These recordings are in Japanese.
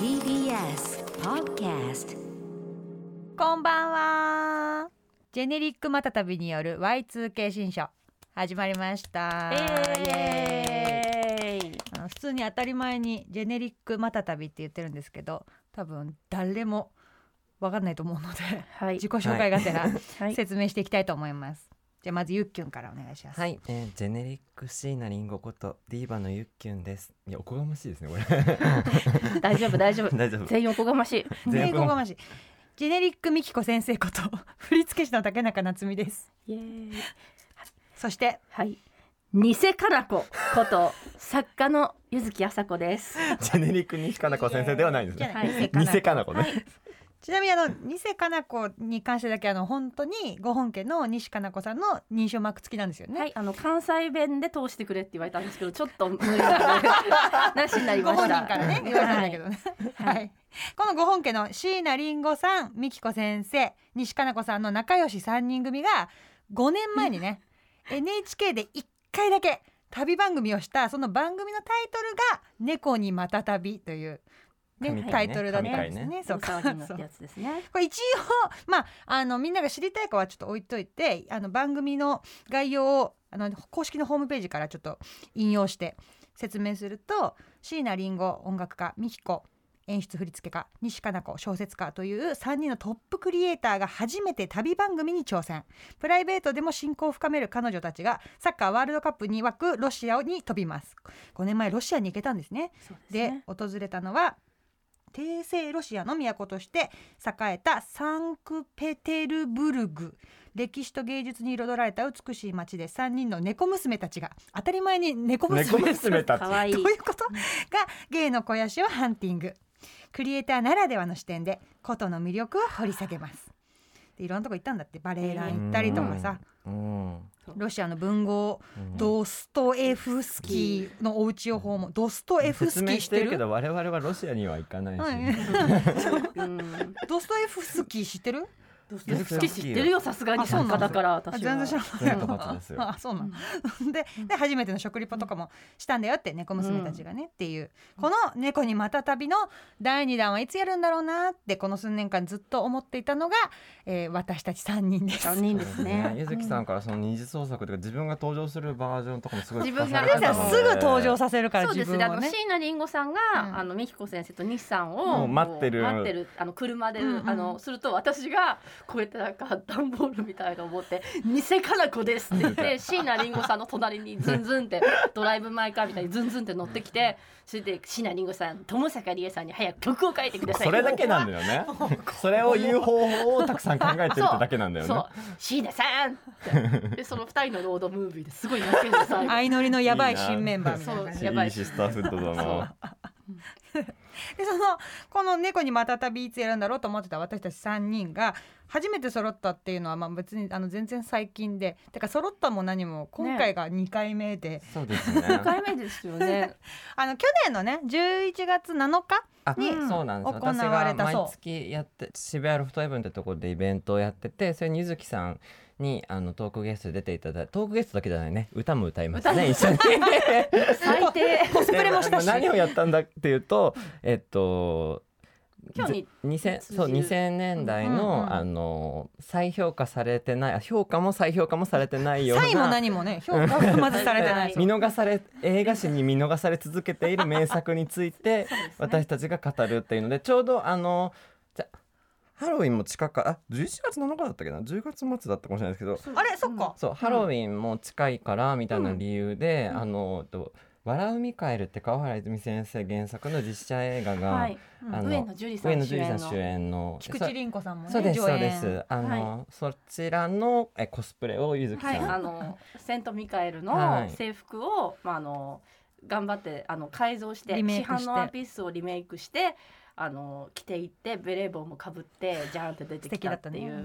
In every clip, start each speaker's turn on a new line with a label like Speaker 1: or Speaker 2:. Speaker 1: TBS Podcast
Speaker 2: こんばんはジェネリックマタタビによる Y2K 新書始まりました、イエーイあの普通に当たり前にジェネリックマタタビって言ってるんですけど多分誰もわかんないと思うので
Speaker 3: はい
Speaker 2: 自己紹介がてら、
Speaker 3: はい
Speaker 2: 説明していきたいと思いますじゃあまずゆっきゅんからお願いします、
Speaker 4: はい、えージェネリックシーナリンゴことディーバのゆっきゅんです。いや、おこがましいですね、これ。
Speaker 3: 大丈夫 大丈夫
Speaker 4: 大丈夫。
Speaker 3: 全員おこがましい
Speaker 2: 全員
Speaker 4: 全
Speaker 2: ごましジェネリックみきこ先生こと振付師の竹中夏実です
Speaker 3: イエーイ
Speaker 2: そして
Speaker 3: はい偽かなここと作家の柚木あさこです
Speaker 4: ジェネリック西かな子先生ではないんです
Speaker 2: じゃ
Speaker 4: ね。
Speaker 2: ない
Speaker 3: はい
Speaker 4: 偽かな子ね。
Speaker 2: ちなみにあのニセかな子に関してだけあの本当にご本家の西かな子さんの認証マーク付きなんですよね。
Speaker 3: はいあの関西弁で通してくれって言われたんですけ どちょっと無理なのでなしになり
Speaker 2: ご
Speaker 3: まし
Speaker 2: 本
Speaker 3: た
Speaker 2: 人からね言われたんだけどね。
Speaker 3: は
Speaker 2: はいい、このご本家の椎名林檎さん、美紀子先生、西かな子さんの仲良し三人組が5年前にね NHK で1回だけ旅番組をしたその番組のタイトルが「猫にまた旅」という、ね
Speaker 4: 神回ね
Speaker 2: タイトルだったんですね。
Speaker 4: 神
Speaker 2: そう
Speaker 3: 大騒ぎになったやつですね
Speaker 2: これ一応、まあ、あのみんなが知りたいかはちょっと置いといてあの番組の概要をあの公式のホームページからちょっと引用して説明すると椎名林檎音楽家美紀子演出振付家西加奈子小説家という3人のトップクリエイターが初めて旅番組に挑戦プライベートでも親交を深める彼女たちがサッカーワールドカップに沸くロシアに飛びます5年前ロシアに行けたんですね
Speaker 3: そう
Speaker 2: で、
Speaker 3: ね
Speaker 2: 訪れたのは帝政ロシアの都として栄えたサンクペテルブルグ歴史と芸術に彩られた美しい街で3人の猫娘たちが当たり前に猫
Speaker 4: 猫
Speaker 2: 娘です
Speaker 4: 娘たち。
Speaker 3: 可愛い
Speaker 2: どういうことが芸の肥やしをハンティングクリエイターならではの視点で琴の魅力を掘り下げますでいろんなとこ行ったんだってバレエラン行ったりとかさ
Speaker 4: うん。うん。
Speaker 2: ロシアの文豪ドストエフスキーのお家を訪問ドストエフス
Speaker 4: 説
Speaker 2: キ
Speaker 4: 明
Speaker 2: ー
Speaker 4: し
Speaker 2: してて
Speaker 4: る
Speaker 2: る
Speaker 4: けど我々はロシアには行かないし、
Speaker 2: はい
Speaker 3: うん
Speaker 2: ドストエフスキー知ってる？
Speaker 3: ドストエフスキー知ってるよさすがに作家だから
Speaker 2: あ
Speaker 3: 私
Speaker 2: 全然
Speaker 3: は
Speaker 2: 知ら
Speaker 4: 全
Speaker 2: な
Speaker 4: 部
Speaker 2: い。
Speaker 4: 初です よ
Speaker 2: あ、そうなん。で、で初めての食リポとかもしたんだよって猫娘たちがねっていうこの猫にまた旅の第二弾はいつやるんだろうなってこの数年間ずっと思っていたのが、えー私たち三人です。
Speaker 3: 残念ですね
Speaker 4: ゆずきさんからその二次創作というか自分が登場するバージョンとかもすごい
Speaker 3: 自分が
Speaker 4: 聞
Speaker 2: ゆ
Speaker 4: か
Speaker 2: う
Speaker 4: さ
Speaker 2: きさん
Speaker 4: れたのです
Speaker 2: ぐ登場させるから
Speaker 3: そう
Speaker 2: 自
Speaker 3: です
Speaker 2: 分
Speaker 3: ね。あ
Speaker 2: を
Speaker 3: の
Speaker 2: ね。
Speaker 3: 椎名林檎さんが、
Speaker 2: うん
Speaker 3: あの美彦先生と西さんを、
Speaker 4: もう待ってる
Speaker 3: こう待ってるあの車で、
Speaker 2: うんうん
Speaker 3: あのすると私がこうやってなんか段ボールみたいなのを持って偽かな子ですって言って椎名林檎さんの隣にズンズンってドライブ前からみたいにズンズンって乗ってきてそれで椎名林檎さん友坂理恵さんに早く曲を書いてください。
Speaker 4: それだけなんだよねそれを言う方法をたくさん考えてるってだけなんだよね
Speaker 3: そう椎名さんってでその二人のロードムービーですごい泣けるんです最後
Speaker 2: 相乗りのやばい
Speaker 4: いいな
Speaker 2: 新メンバーみたいな感じ
Speaker 3: そうやばい
Speaker 4: いシスターフッドだな
Speaker 2: でそのこの「猫にまたたびいつやるんだろう」と思ってた私たち3人が初めて揃ったっていうのはまあ別にあの全然最近でだから揃ったも何も今回が2回目で、
Speaker 4: そうですね
Speaker 3: 二回目ですよね。
Speaker 2: あの去年のね11月7日
Speaker 4: あ、
Speaker 2: に
Speaker 4: そうなんですよ私
Speaker 2: 行われ
Speaker 4: が
Speaker 2: たそう
Speaker 4: 毎月やって渋谷ロフトヘブンってところでイベントをやっててそれにゆずきさんにあのトークゲストで出ていただいてトークゲストだけじゃないね歌も歌いましたね一緒に
Speaker 3: 最低
Speaker 2: コスプレも したし
Speaker 4: 何をやったんだっていうとえっと
Speaker 3: 今日に
Speaker 4: 2000そう
Speaker 3: 通じる
Speaker 4: 2000年代
Speaker 2: うん
Speaker 4: の、
Speaker 2: うん
Speaker 4: あの再評価されてないあ評価も再評価もされてないような
Speaker 2: サインも何も ね評価がまずされてない
Speaker 4: 見逃され映画史に見逃され続けている名作について私たちが語るっていうのでちょうどあのじゃハロウィンも近かあ11月7日だったっけな10月末だったかもしれないですけど
Speaker 2: あれそっか、
Speaker 4: そう、ハロウィンも近いからみたいな理由で、あのえっと笑うミカエルって川原泉先生原作の実写映画が、
Speaker 3: はい。
Speaker 4: あの
Speaker 3: 上野樹里さ
Speaker 4: 上
Speaker 3: ん
Speaker 4: 野
Speaker 3: 主
Speaker 4: 樹里
Speaker 3: 演
Speaker 4: さん
Speaker 3: の。
Speaker 4: 主演の
Speaker 2: 菊池凛子さんもね
Speaker 4: そうです
Speaker 2: 上
Speaker 4: そうで
Speaker 2: 演
Speaker 4: すあの、そちらのえコスプレをゆずきさ
Speaker 3: はい、
Speaker 4: ん、
Speaker 3: あのセントミカエル
Speaker 4: は
Speaker 3: の
Speaker 4: い
Speaker 3: 制服を、まあ、あの頑張ってあの改造して
Speaker 2: リメイ
Speaker 3: 市
Speaker 2: クして
Speaker 3: 販のワンピースをリメイクしてあの着ていってベレー帽もかぶってジャーンって出てきたってい
Speaker 2: 素敵だった
Speaker 3: う。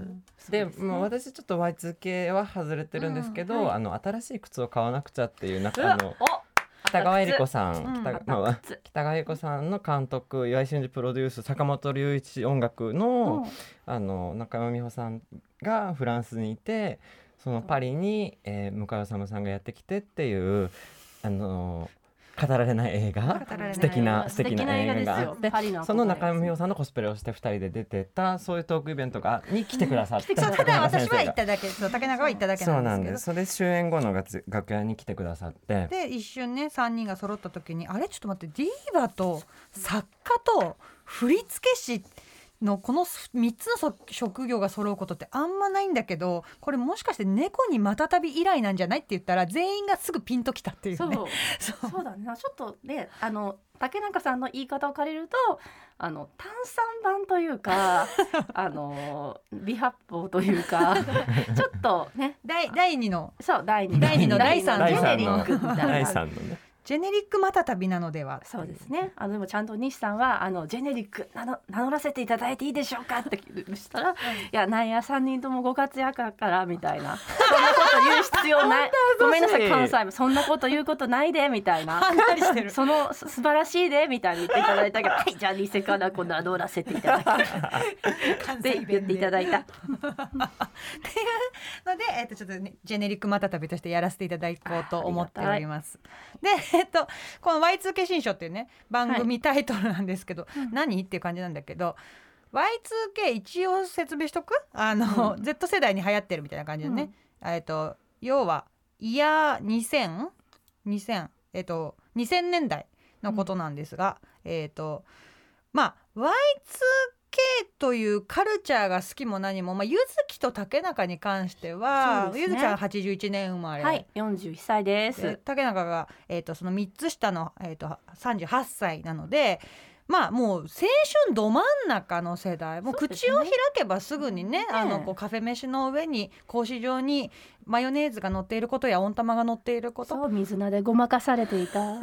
Speaker 4: で
Speaker 3: そうすね
Speaker 4: もう私ちょっと Y2K は外れてるんですけど、
Speaker 3: うんはい
Speaker 4: あの新しい靴を買わなくちゃっていう
Speaker 3: う
Speaker 4: 中
Speaker 3: わ
Speaker 4: あの
Speaker 3: お
Speaker 4: 北川恵理子さん、
Speaker 2: うん
Speaker 4: 北
Speaker 3: あ
Speaker 4: まあ
Speaker 3: 靴
Speaker 4: 北川恵理子さんの監督岩井俊二プロデュース坂本龍一音楽の,、あの中山美穂さんがフランスにいてそのパリに、えー向井理さんがやってきてっていうあの語られない映画
Speaker 2: 語られない
Speaker 4: 素敵な
Speaker 3: 素
Speaker 4: 素敵
Speaker 3: 敵
Speaker 4: な
Speaker 3: な
Speaker 4: 映
Speaker 3: 映画
Speaker 4: 画が
Speaker 3: です
Speaker 4: あ
Speaker 3: よ
Speaker 4: って
Speaker 3: パリの
Speaker 4: その中山美穂さんのコスプレをして2人で出てたそういうトークイベントがに来てくださって
Speaker 2: そうただ 私は行
Speaker 4: が
Speaker 2: っただけそう竹中は行っただけ
Speaker 4: そう
Speaker 2: な
Speaker 4: なんん
Speaker 2: で
Speaker 4: ですすそれ終演後の楽楽屋に来てくださって
Speaker 2: けどで一瞬ね3人が揃った時にあれちょっと待ってディーバと作家と振付師のこの3つのそ職業が揃うことってあんまないんだけどこれもしかして猫にまたたび以来なんじゃないって言ったら全員がすぐピンときたっていうね
Speaker 3: そ う
Speaker 2: そう
Speaker 3: そうだねちょっとねあの竹中さんの言い方を借りるとあの炭酸版というかあの美発泡というかちょっとね
Speaker 2: 第第2の
Speaker 3: そう第二
Speaker 2: 第
Speaker 4: 二の
Speaker 2: 第三
Speaker 3: ジェネ
Speaker 4: 第
Speaker 3: リッ
Speaker 4: 三
Speaker 3: クみたいな
Speaker 4: 第三のね
Speaker 2: ジェネリックまたたびなのでは
Speaker 3: そうですね。あのでもちゃんと西さんはあのジェネリック名の名乗らせていただいていいでしょうかってしたら、いやなんや三人ともご活躍やからみたいな。そんなこと言う必要ない。ごめんなさい関西もそんなこと言うことないでみたいな。
Speaker 2: はんなりしてる
Speaker 3: そのす素晴らしいでみたいに言っていただい たけど、はいじゃあニセからこ名乗らせていただ
Speaker 2: 完
Speaker 3: いて言っていただいた。
Speaker 2: っていうので、えっとちょっとね、ジェネリックまたたびとしてやらせていただこうと思っております。で、えっとこの Y2K 新書っていうね番組タイトルなんですけど、何っていう感じなんだけど。Y2K 一応説明しとくあの、
Speaker 3: う
Speaker 2: Z 世代に流行ってるみたいな感じでね、えっと要はイヤー 2000?2000 えっと2000年代のことなんですが、えっとまあ Y2K というカルチャーが好きも何も、まあ、ゆずきと竹中に関しては、
Speaker 3: そうで
Speaker 2: ゆ
Speaker 3: すね
Speaker 2: ずきちゃん81年生まれ、
Speaker 3: はい四十一歳で。
Speaker 2: です竹中が、えー、とその3つ下の、えー、と38歳なので。まあもう青春ど真ん中の世代もう
Speaker 3: そうです
Speaker 2: 口
Speaker 3: ね
Speaker 2: を開けばすぐにね
Speaker 3: ね
Speaker 2: あのこうカフェ飯の上に格子状にマヨネーズが乗っていることや温玉が乗っていること
Speaker 3: そう水菜でごまかされていた。
Speaker 2: の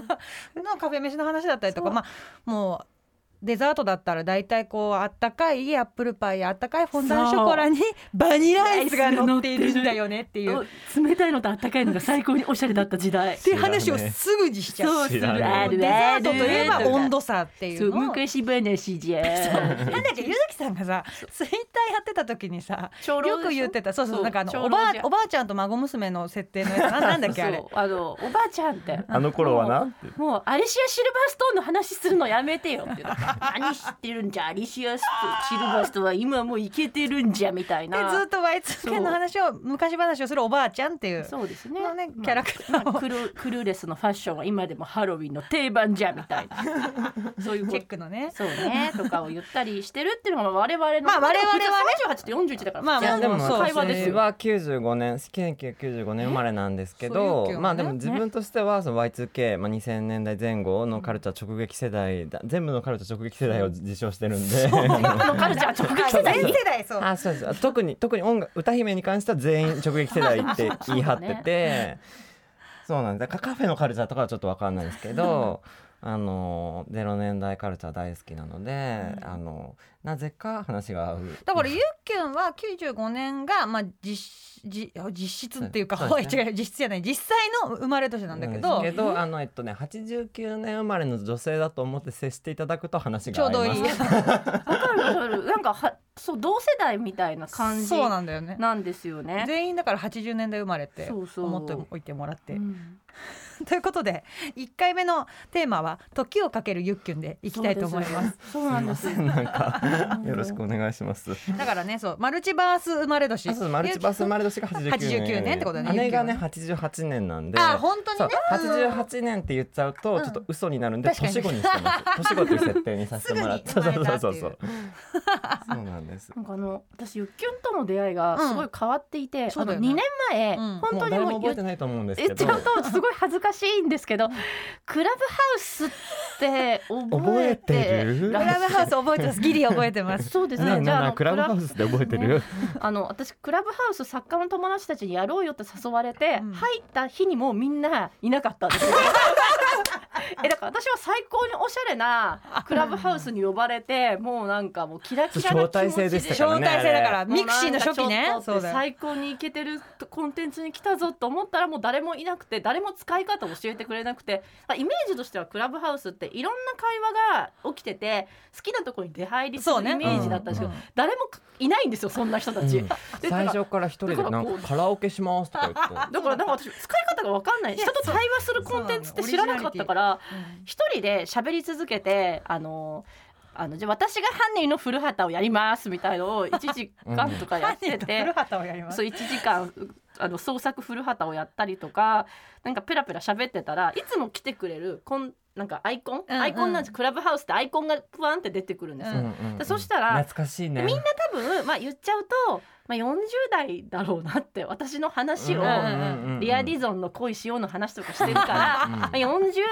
Speaker 2: カフェ飯の話だったりとか
Speaker 3: そう
Speaker 2: まあもうデザートだったら大体こうあったかいアップルパイやあったかいフォンダンショコラにバニラアイスが乗っているんだよねっていうっ
Speaker 3: 冷たいのと温かいのが最高におしゃれだった時代。
Speaker 2: ていう話をすぐにしちゃう。
Speaker 4: 知らな
Speaker 3: あ
Speaker 4: い
Speaker 2: デ
Speaker 3: る
Speaker 2: ザー
Speaker 3: ある
Speaker 2: トといえば温度差ってい
Speaker 3: そう
Speaker 2: の
Speaker 3: う
Speaker 2: を
Speaker 3: 昔話じゃ
Speaker 2: なんだっけゆずきさんがさツイッターやってた時にさ
Speaker 3: 長老
Speaker 2: よく言ってたそうそう
Speaker 3: そう
Speaker 2: なんかあの
Speaker 3: 長
Speaker 2: お
Speaker 3: 老
Speaker 2: ばあ
Speaker 3: じゃ
Speaker 2: おばあちゃんと孫娘の設定のやつななんだっけあれ
Speaker 3: あのおばあちゃんって
Speaker 4: あの頃はなって
Speaker 3: もうアリシア・シルバーストーンの話するのやめてよって 何知ってるんじゃアリシア・シルバーストーンは今もうイケてるんじゃみたい
Speaker 2: でず
Speaker 3: な
Speaker 2: っと Y2K の話を昔話をするおばあちゃんっていう
Speaker 3: そうですね
Speaker 2: このね
Speaker 3: まあ
Speaker 2: キャラクターを
Speaker 3: まあクルクルーレスのファッションは今でもハロウィンの定番じゃみたいなそういうこ
Speaker 2: チ
Speaker 3: と
Speaker 2: ェックのね
Speaker 3: そうねとかを言ったりしてるっていうのが我々の
Speaker 2: まあ我々はね
Speaker 3: 38と41だから
Speaker 2: まあ
Speaker 3: 普通
Speaker 2: まあ
Speaker 3: の
Speaker 4: でも
Speaker 2: そう
Speaker 3: 会話です
Speaker 4: 私
Speaker 3: よ
Speaker 4: は95年1995年生まれなんですけ
Speaker 2: そう
Speaker 4: ど、
Speaker 2: よ
Speaker 4: まあでも自分としてはその Y2K、まあ、2000年代前後のカルチャー直撃世代だ全部のカルチャー直撃世代を自称してるんで。
Speaker 3: のカルチャー直撃世 代
Speaker 2: 全世代そう
Speaker 4: あそうです特に特に音楽歌姫に関しては全員直撃世代 って言い張っててそうなんですだからカフェのカルチャーとかはちょっと分かんないですけどあの0年代カルチャー大好きなので、あのなぜか話が合う。
Speaker 2: だからゆっきゅんは95年が、まあ、実実実質っていうか、
Speaker 4: そうですね
Speaker 2: 違う実質じゃない実際の生まれ年なんだけど
Speaker 4: ですけどあのえっとね89年生まれの女性だと思って接していただくと話
Speaker 2: ちょ
Speaker 4: が合
Speaker 2: う
Speaker 4: い
Speaker 2: ど
Speaker 4: ます
Speaker 2: いい
Speaker 3: わかるわかるなんかはそう同世代みたいな感じ
Speaker 2: そうなんだよね
Speaker 3: なんですよね。
Speaker 2: 全員だから80年代生まれって
Speaker 3: そうそう
Speaker 2: 思っておいてもらって
Speaker 3: う。ん
Speaker 2: ということで1回目のテーマは「時をかけるゆっきゅん」でいきたいと思います。。
Speaker 3: そうなんです。
Speaker 4: な んかよろしくお願いします。
Speaker 2: だからねそうマルチバース生まれ年
Speaker 4: あそうマルチバース生まれ年が89
Speaker 2: 89
Speaker 4: 年
Speaker 2: 年ってことだね
Speaker 4: 姉がね88年なんで
Speaker 2: あ本当にね
Speaker 4: そう88年って言っちゃうとちょっと嘘になるんで、
Speaker 2: 確かに
Speaker 4: 年後にしてます 年後っていう設定にさせてもらって
Speaker 2: すぐに生まれたってい
Speaker 4: そ
Speaker 2: う
Speaker 4: うそうそうそうそうなんです
Speaker 3: なんかあの私ゆっきゅんとの出会いがすごい変わっていて、
Speaker 2: そう
Speaker 3: あ
Speaker 2: だ
Speaker 3: の
Speaker 2: よね
Speaker 3: 2年前、
Speaker 2: うん
Speaker 3: 本
Speaker 4: も
Speaker 3: 当
Speaker 4: う
Speaker 3: に
Speaker 4: 誰も
Speaker 3: もう
Speaker 4: 覚
Speaker 3: 言
Speaker 4: えてないと思うんです
Speaker 3: 言
Speaker 4: け
Speaker 3: っち
Speaker 4: ど
Speaker 3: ゃうとすごい恥ずかしいんです けど、クラブハウスって覚えて
Speaker 4: 覚えてる
Speaker 2: クラブハウス覚えてますギリ覚えて ます。
Speaker 3: そうです
Speaker 4: な
Speaker 3: ね。じゃああ
Speaker 4: な
Speaker 3: の
Speaker 4: クラブハウスで覚えてる、
Speaker 3: あの私クラブハウス作家の友達たちにやろうよって誘われて、
Speaker 2: うん
Speaker 3: 入った日にもうみんないなかったん ですよ。えだから私は最高におしゃれなクラブハウスに呼ばれてもうなんかもうキラキラな気持ち
Speaker 4: 招待制でした
Speaker 2: 招
Speaker 4: からね
Speaker 2: 待制だから
Speaker 4: あ
Speaker 2: ミクシーの初期ね
Speaker 3: もうなんかち
Speaker 2: そ
Speaker 3: ょっと
Speaker 2: うだよ
Speaker 3: 最高にイケてるコンテンツに来たぞと思ったらもう誰もいなくて誰も使い方を教えてくれなくてあイメージとしてはクラブハウスっていろんな会話が起きてて好きなところに出入りする
Speaker 2: そうね
Speaker 3: イメージだったんですけど、誰もいないんですよそんな人たち。
Speaker 4: うん
Speaker 3: で
Speaker 4: 最初から一人でなんかカラオケしますとか言って
Speaker 3: だからなんか私使い方が分かんない人と対話するコンテンツって知らなかったからから一人で喋り続けてあのあのじゃあ私が犯人の古畑をやりますみたいのを1時間とかや
Speaker 2: 犯
Speaker 3: って
Speaker 2: 人と
Speaker 3: て、
Speaker 2: 古畑をやります
Speaker 3: そう1時間あの創作古畑をやったりとかなんかペラペラ喋ってたらいつも来てくれるこんなんかアイコン、
Speaker 2: うんうん
Speaker 3: アイコンなんですクラブハウスってアイコンがプワンって出てくるんですよ。
Speaker 2: うん
Speaker 3: でそしたら
Speaker 4: 懐かしいね
Speaker 3: みんな多分、まあ、言っちゃうと、まあ、40代だろうなって私の話を、リアディゾンの恋しようの話とかしてるから、
Speaker 4: うん
Speaker 3: まあ、40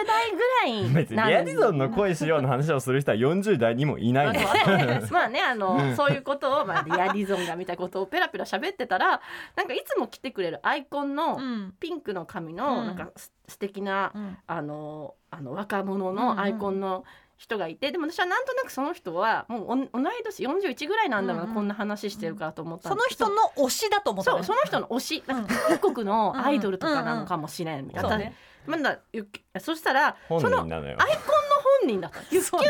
Speaker 3: 代ぐらい
Speaker 4: 別
Speaker 3: に
Speaker 4: に
Speaker 3: な
Speaker 4: リ
Speaker 3: る
Speaker 4: アディゾンの恋しようの話をする人は40代にもいないんです
Speaker 3: まあねあの、
Speaker 4: うん
Speaker 3: そういうことを、まあ、リアディゾンがみたいなことをペラペラ喋ってたらなんかいつも来てくれるアイコンの
Speaker 2: うん
Speaker 3: ピンクの髪の、
Speaker 2: うん
Speaker 3: なんかす素敵な
Speaker 2: うん
Speaker 3: あのあの若者のアイコンの人がいて、でも私はなんとなくその人はもうおん同い年41ぐらいなんだろうな、
Speaker 2: うんうん
Speaker 3: こんな話してるからと思った
Speaker 2: そ
Speaker 3: ん
Speaker 2: の
Speaker 3: ですけど
Speaker 2: 人の推しだと思ったの
Speaker 3: そう
Speaker 2: ね
Speaker 3: その人の推しなんか韓国のアイドルとかなのかもしれんみたいな。
Speaker 2: そうね
Speaker 3: まだゆそしたら
Speaker 4: 本
Speaker 3: その
Speaker 4: 人なのよ
Speaker 3: アイコンの本人だったゆっきゅん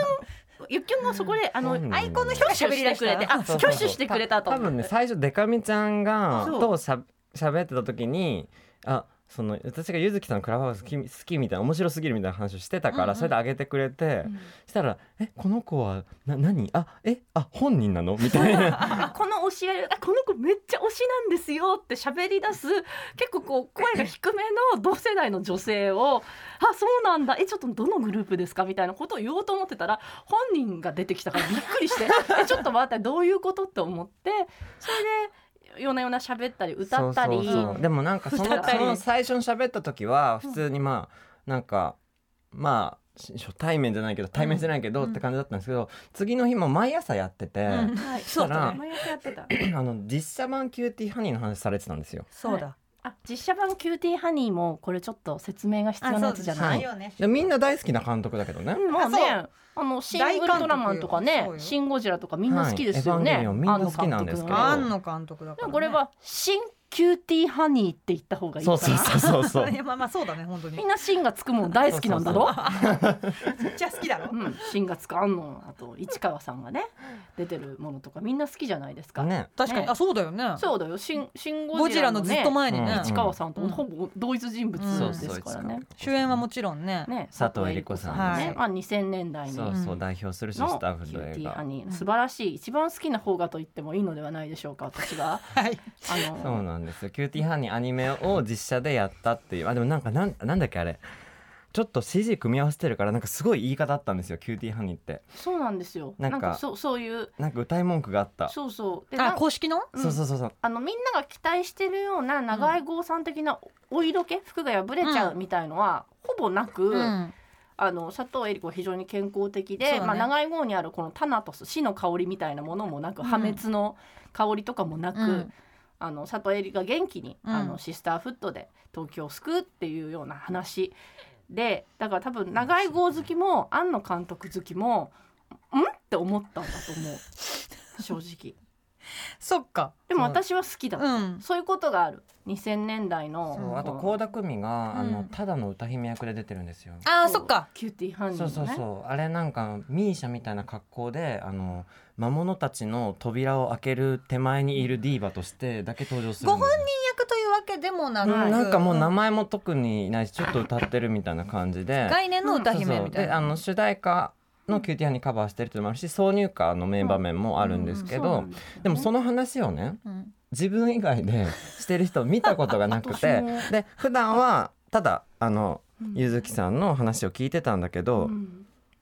Speaker 3: ゆっきゅんがそこであの
Speaker 4: 本人
Speaker 3: 挙
Speaker 2: アイコンの人が
Speaker 3: 手し
Speaker 2: 喋り
Speaker 3: て
Speaker 2: 出
Speaker 3: く
Speaker 2: し
Speaker 3: れ
Speaker 2: た
Speaker 3: てあ
Speaker 4: そうそう
Speaker 3: 挙手してくれたと
Speaker 4: 多分ね最初デカミちゃんが
Speaker 3: そう
Speaker 4: としゃ喋ってた時にあその私がゆずきさんのクラブハウス好き好きみたいな面白すぎるみたいな話をしてたから、
Speaker 2: うんうん
Speaker 4: それであげてくれて、
Speaker 3: うん
Speaker 4: したら「えこの子はな何あえあ本人なの?」みたいな
Speaker 3: あこの推しがいるあこの子めっちゃ推しなんですよって喋り出す結構こう声が低めの同世代の女性をあそうなんだえちょっとどのグループですかみたいなことを言おうと思ってたら本人が出てきたからびっくりして えちょっと待ってどういうことって思ってそれで夜な夜な喋ったり歌ったり。
Speaker 4: そうそうそうでもなんかそ
Speaker 3: 歌っ
Speaker 4: の
Speaker 3: た
Speaker 4: そ
Speaker 3: り
Speaker 4: の最初に喋った時は普通にまあなんかまあし初対面じゃないけど対面じゃないけど
Speaker 2: うん
Speaker 4: って感じだったんですけど、次の日も毎朝やってて、
Speaker 2: うん
Speaker 3: はい、
Speaker 4: そうだね
Speaker 3: 毎朝やってた。
Speaker 4: あの実写版キューティーハニーの話されてたんですよ。
Speaker 2: そうだ
Speaker 3: あ、実写版キューティーハニーも、これちょっと説明が必要なやつじゃな。
Speaker 4: はい
Speaker 2: い
Speaker 4: でみんな大好きな監督だけどね。
Speaker 3: うんまあね、
Speaker 2: あ
Speaker 3: あのシンウルトラマンとか
Speaker 2: 大監督
Speaker 3: ね
Speaker 2: そう、よ
Speaker 3: シンゴジラとかみんな好きですよね。
Speaker 4: はいエヴァンゲリオンみんな好きなんですけど
Speaker 2: あ
Speaker 3: あの監督の
Speaker 2: んの
Speaker 3: ね
Speaker 2: 監督だか
Speaker 3: で
Speaker 2: ら、
Speaker 3: も
Speaker 2: ね、
Speaker 3: これはシンキューティーハニーって言った方がいいか
Speaker 4: そう
Speaker 3: な。
Speaker 4: そうそうそう そう
Speaker 2: い。やまあまあそうだね本当に
Speaker 3: みんなシンがつくもん大好きなんだろ。
Speaker 4: そうう
Speaker 2: めっちゃ好きだろ
Speaker 3: ん、シンがつくあんの、あと市川さんがね、出てるものとかみんな好きじゃないですか。
Speaker 4: ね。
Speaker 2: 確かに、
Speaker 3: ね
Speaker 2: あそうだよね
Speaker 3: そうだよ、シンシン
Speaker 2: ゴ
Speaker 3: ゴ
Speaker 2: ジ
Speaker 3: ジ
Speaker 2: ラ
Speaker 3: ラ
Speaker 2: の
Speaker 3: の
Speaker 2: ずっ
Speaker 3: ね
Speaker 2: と、前にね
Speaker 4: うん
Speaker 3: 市川さんとほぼ同一人物
Speaker 2: うん
Speaker 3: ですからね。
Speaker 2: 主演はもちろんね、
Speaker 3: ね、
Speaker 4: 佐藤恵理子さん
Speaker 2: ね
Speaker 3: ね、まあ2000年代に
Speaker 4: そうそう代表するしス
Speaker 3: の
Speaker 4: タッフ
Speaker 3: キュ
Speaker 4: の
Speaker 3: ーテ
Speaker 4: 映
Speaker 3: ィーハ
Speaker 4: 画。
Speaker 3: ニー素晴らしい一番好きな方がと言ってもいいのではないでしょうか私が
Speaker 2: はい
Speaker 3: あ
Speaker 4: そう
Speaker 3: の
Speaker 4: なんですよ。キューティーハニーアニメを実写でやったっていう。あでもなんかなんなんだっけあれ。ちょっと CG 組み合わせてるからなんかすごい言い方あったんですよ。キューティーハニーって
Speaker 3: そうなんですよ
Speaker 4: な
Speaker 3: なんん
Speaker 4: か
Speaker 3: かそうそういう
Speaker 4: なんか歌い文句があった。
Speaker 3: そうそうでな
Speaker 2: あ
Speaker 3: ん
Speaker 2: 公式の
Speaker 3: うん
Speaker 4: そうそうそうそう。
Speaker 3: あのみんなが期待してるような長い郷さん的なお色気服が破れちゃうみたいのは、ほぼなく、
Speaker 2: うん
Speaker 3: あの佐藤恵理子は非常に健康的で、
Speaker 2: そうだね
Speaker 3: まあ、長い郷にあるこのタナトス死の香りみたいなものもなく、
Speaker 2: うん
Speaker 3: 破滅の香りとかもなく、
Speaker 2: うん
Speaker 3: あの佐藤恵里が元気に、
Speaker 2: うん
Speaker 3: あのシスターフットで東京を救うっていうような話でだから多分長い号好きも庵野監督好きもんって思ったんだと思う正直
Speaker 2: そっか
Speaker 3: でも私は好きだ、
Speaker 2: うん
Speaker 3: そういうことがある2000年代の
Speaker 4: そうあと
Speaker 3: こ
Speaker 4: 倖田來未が、あ
Speaker 2: う
Speaker 4: の
Speaker 2: ん
Speaker 4: ただの歌姫役で出てるんですよ。
Speaker 2: あー
Speaker 3: そう
Speaker 2: そっか
Speaker 3: キューティーハンニー
Speaker 4: そ
Speaker 3: の
Speaker 4: う
Speaker 3: ね
Speaker 4: そうそうあれなんかミーシャみたいな格好であの魔物たちの扉を開ける手前にいるディーバとしてだけ登場する
Speaker 2: ご
Speaker 4: ん
Speaker 2: 本
Speaker 4: ですよ
Speaker 2: 人役というわけでもなく、
Speaker 3: 人
Speaker 4: うんなんかもう名
Speaker 2: ん
Speaker 4: 前も特にないしちょっと歌ってるみたいな感じで
Speaker 2: 概念の歌姫みたい
Speaker 4: そうそうであ
Speaker 2: な
Speaker 4: の主題歌のキューティーハニーカバーしてるっていうのもあるし挿入歌の名場面もあるんですけ
Speaker 3: そうな
Speaker 4: ど
Speaker 3: んですよね
Speaker 4: でもその話をね
Speaker 2: うん
Speaker 4: 自分以外で してる人を見たことがなくて
Speaker 3: 私も
Speaker 4: で普段はただあの
Speaker 3: うん
Speaker 4: ゆずきさんの話を聞いてたんだけ
Speaker 3: う
Speaker 4: ど、
Speaker 3: ん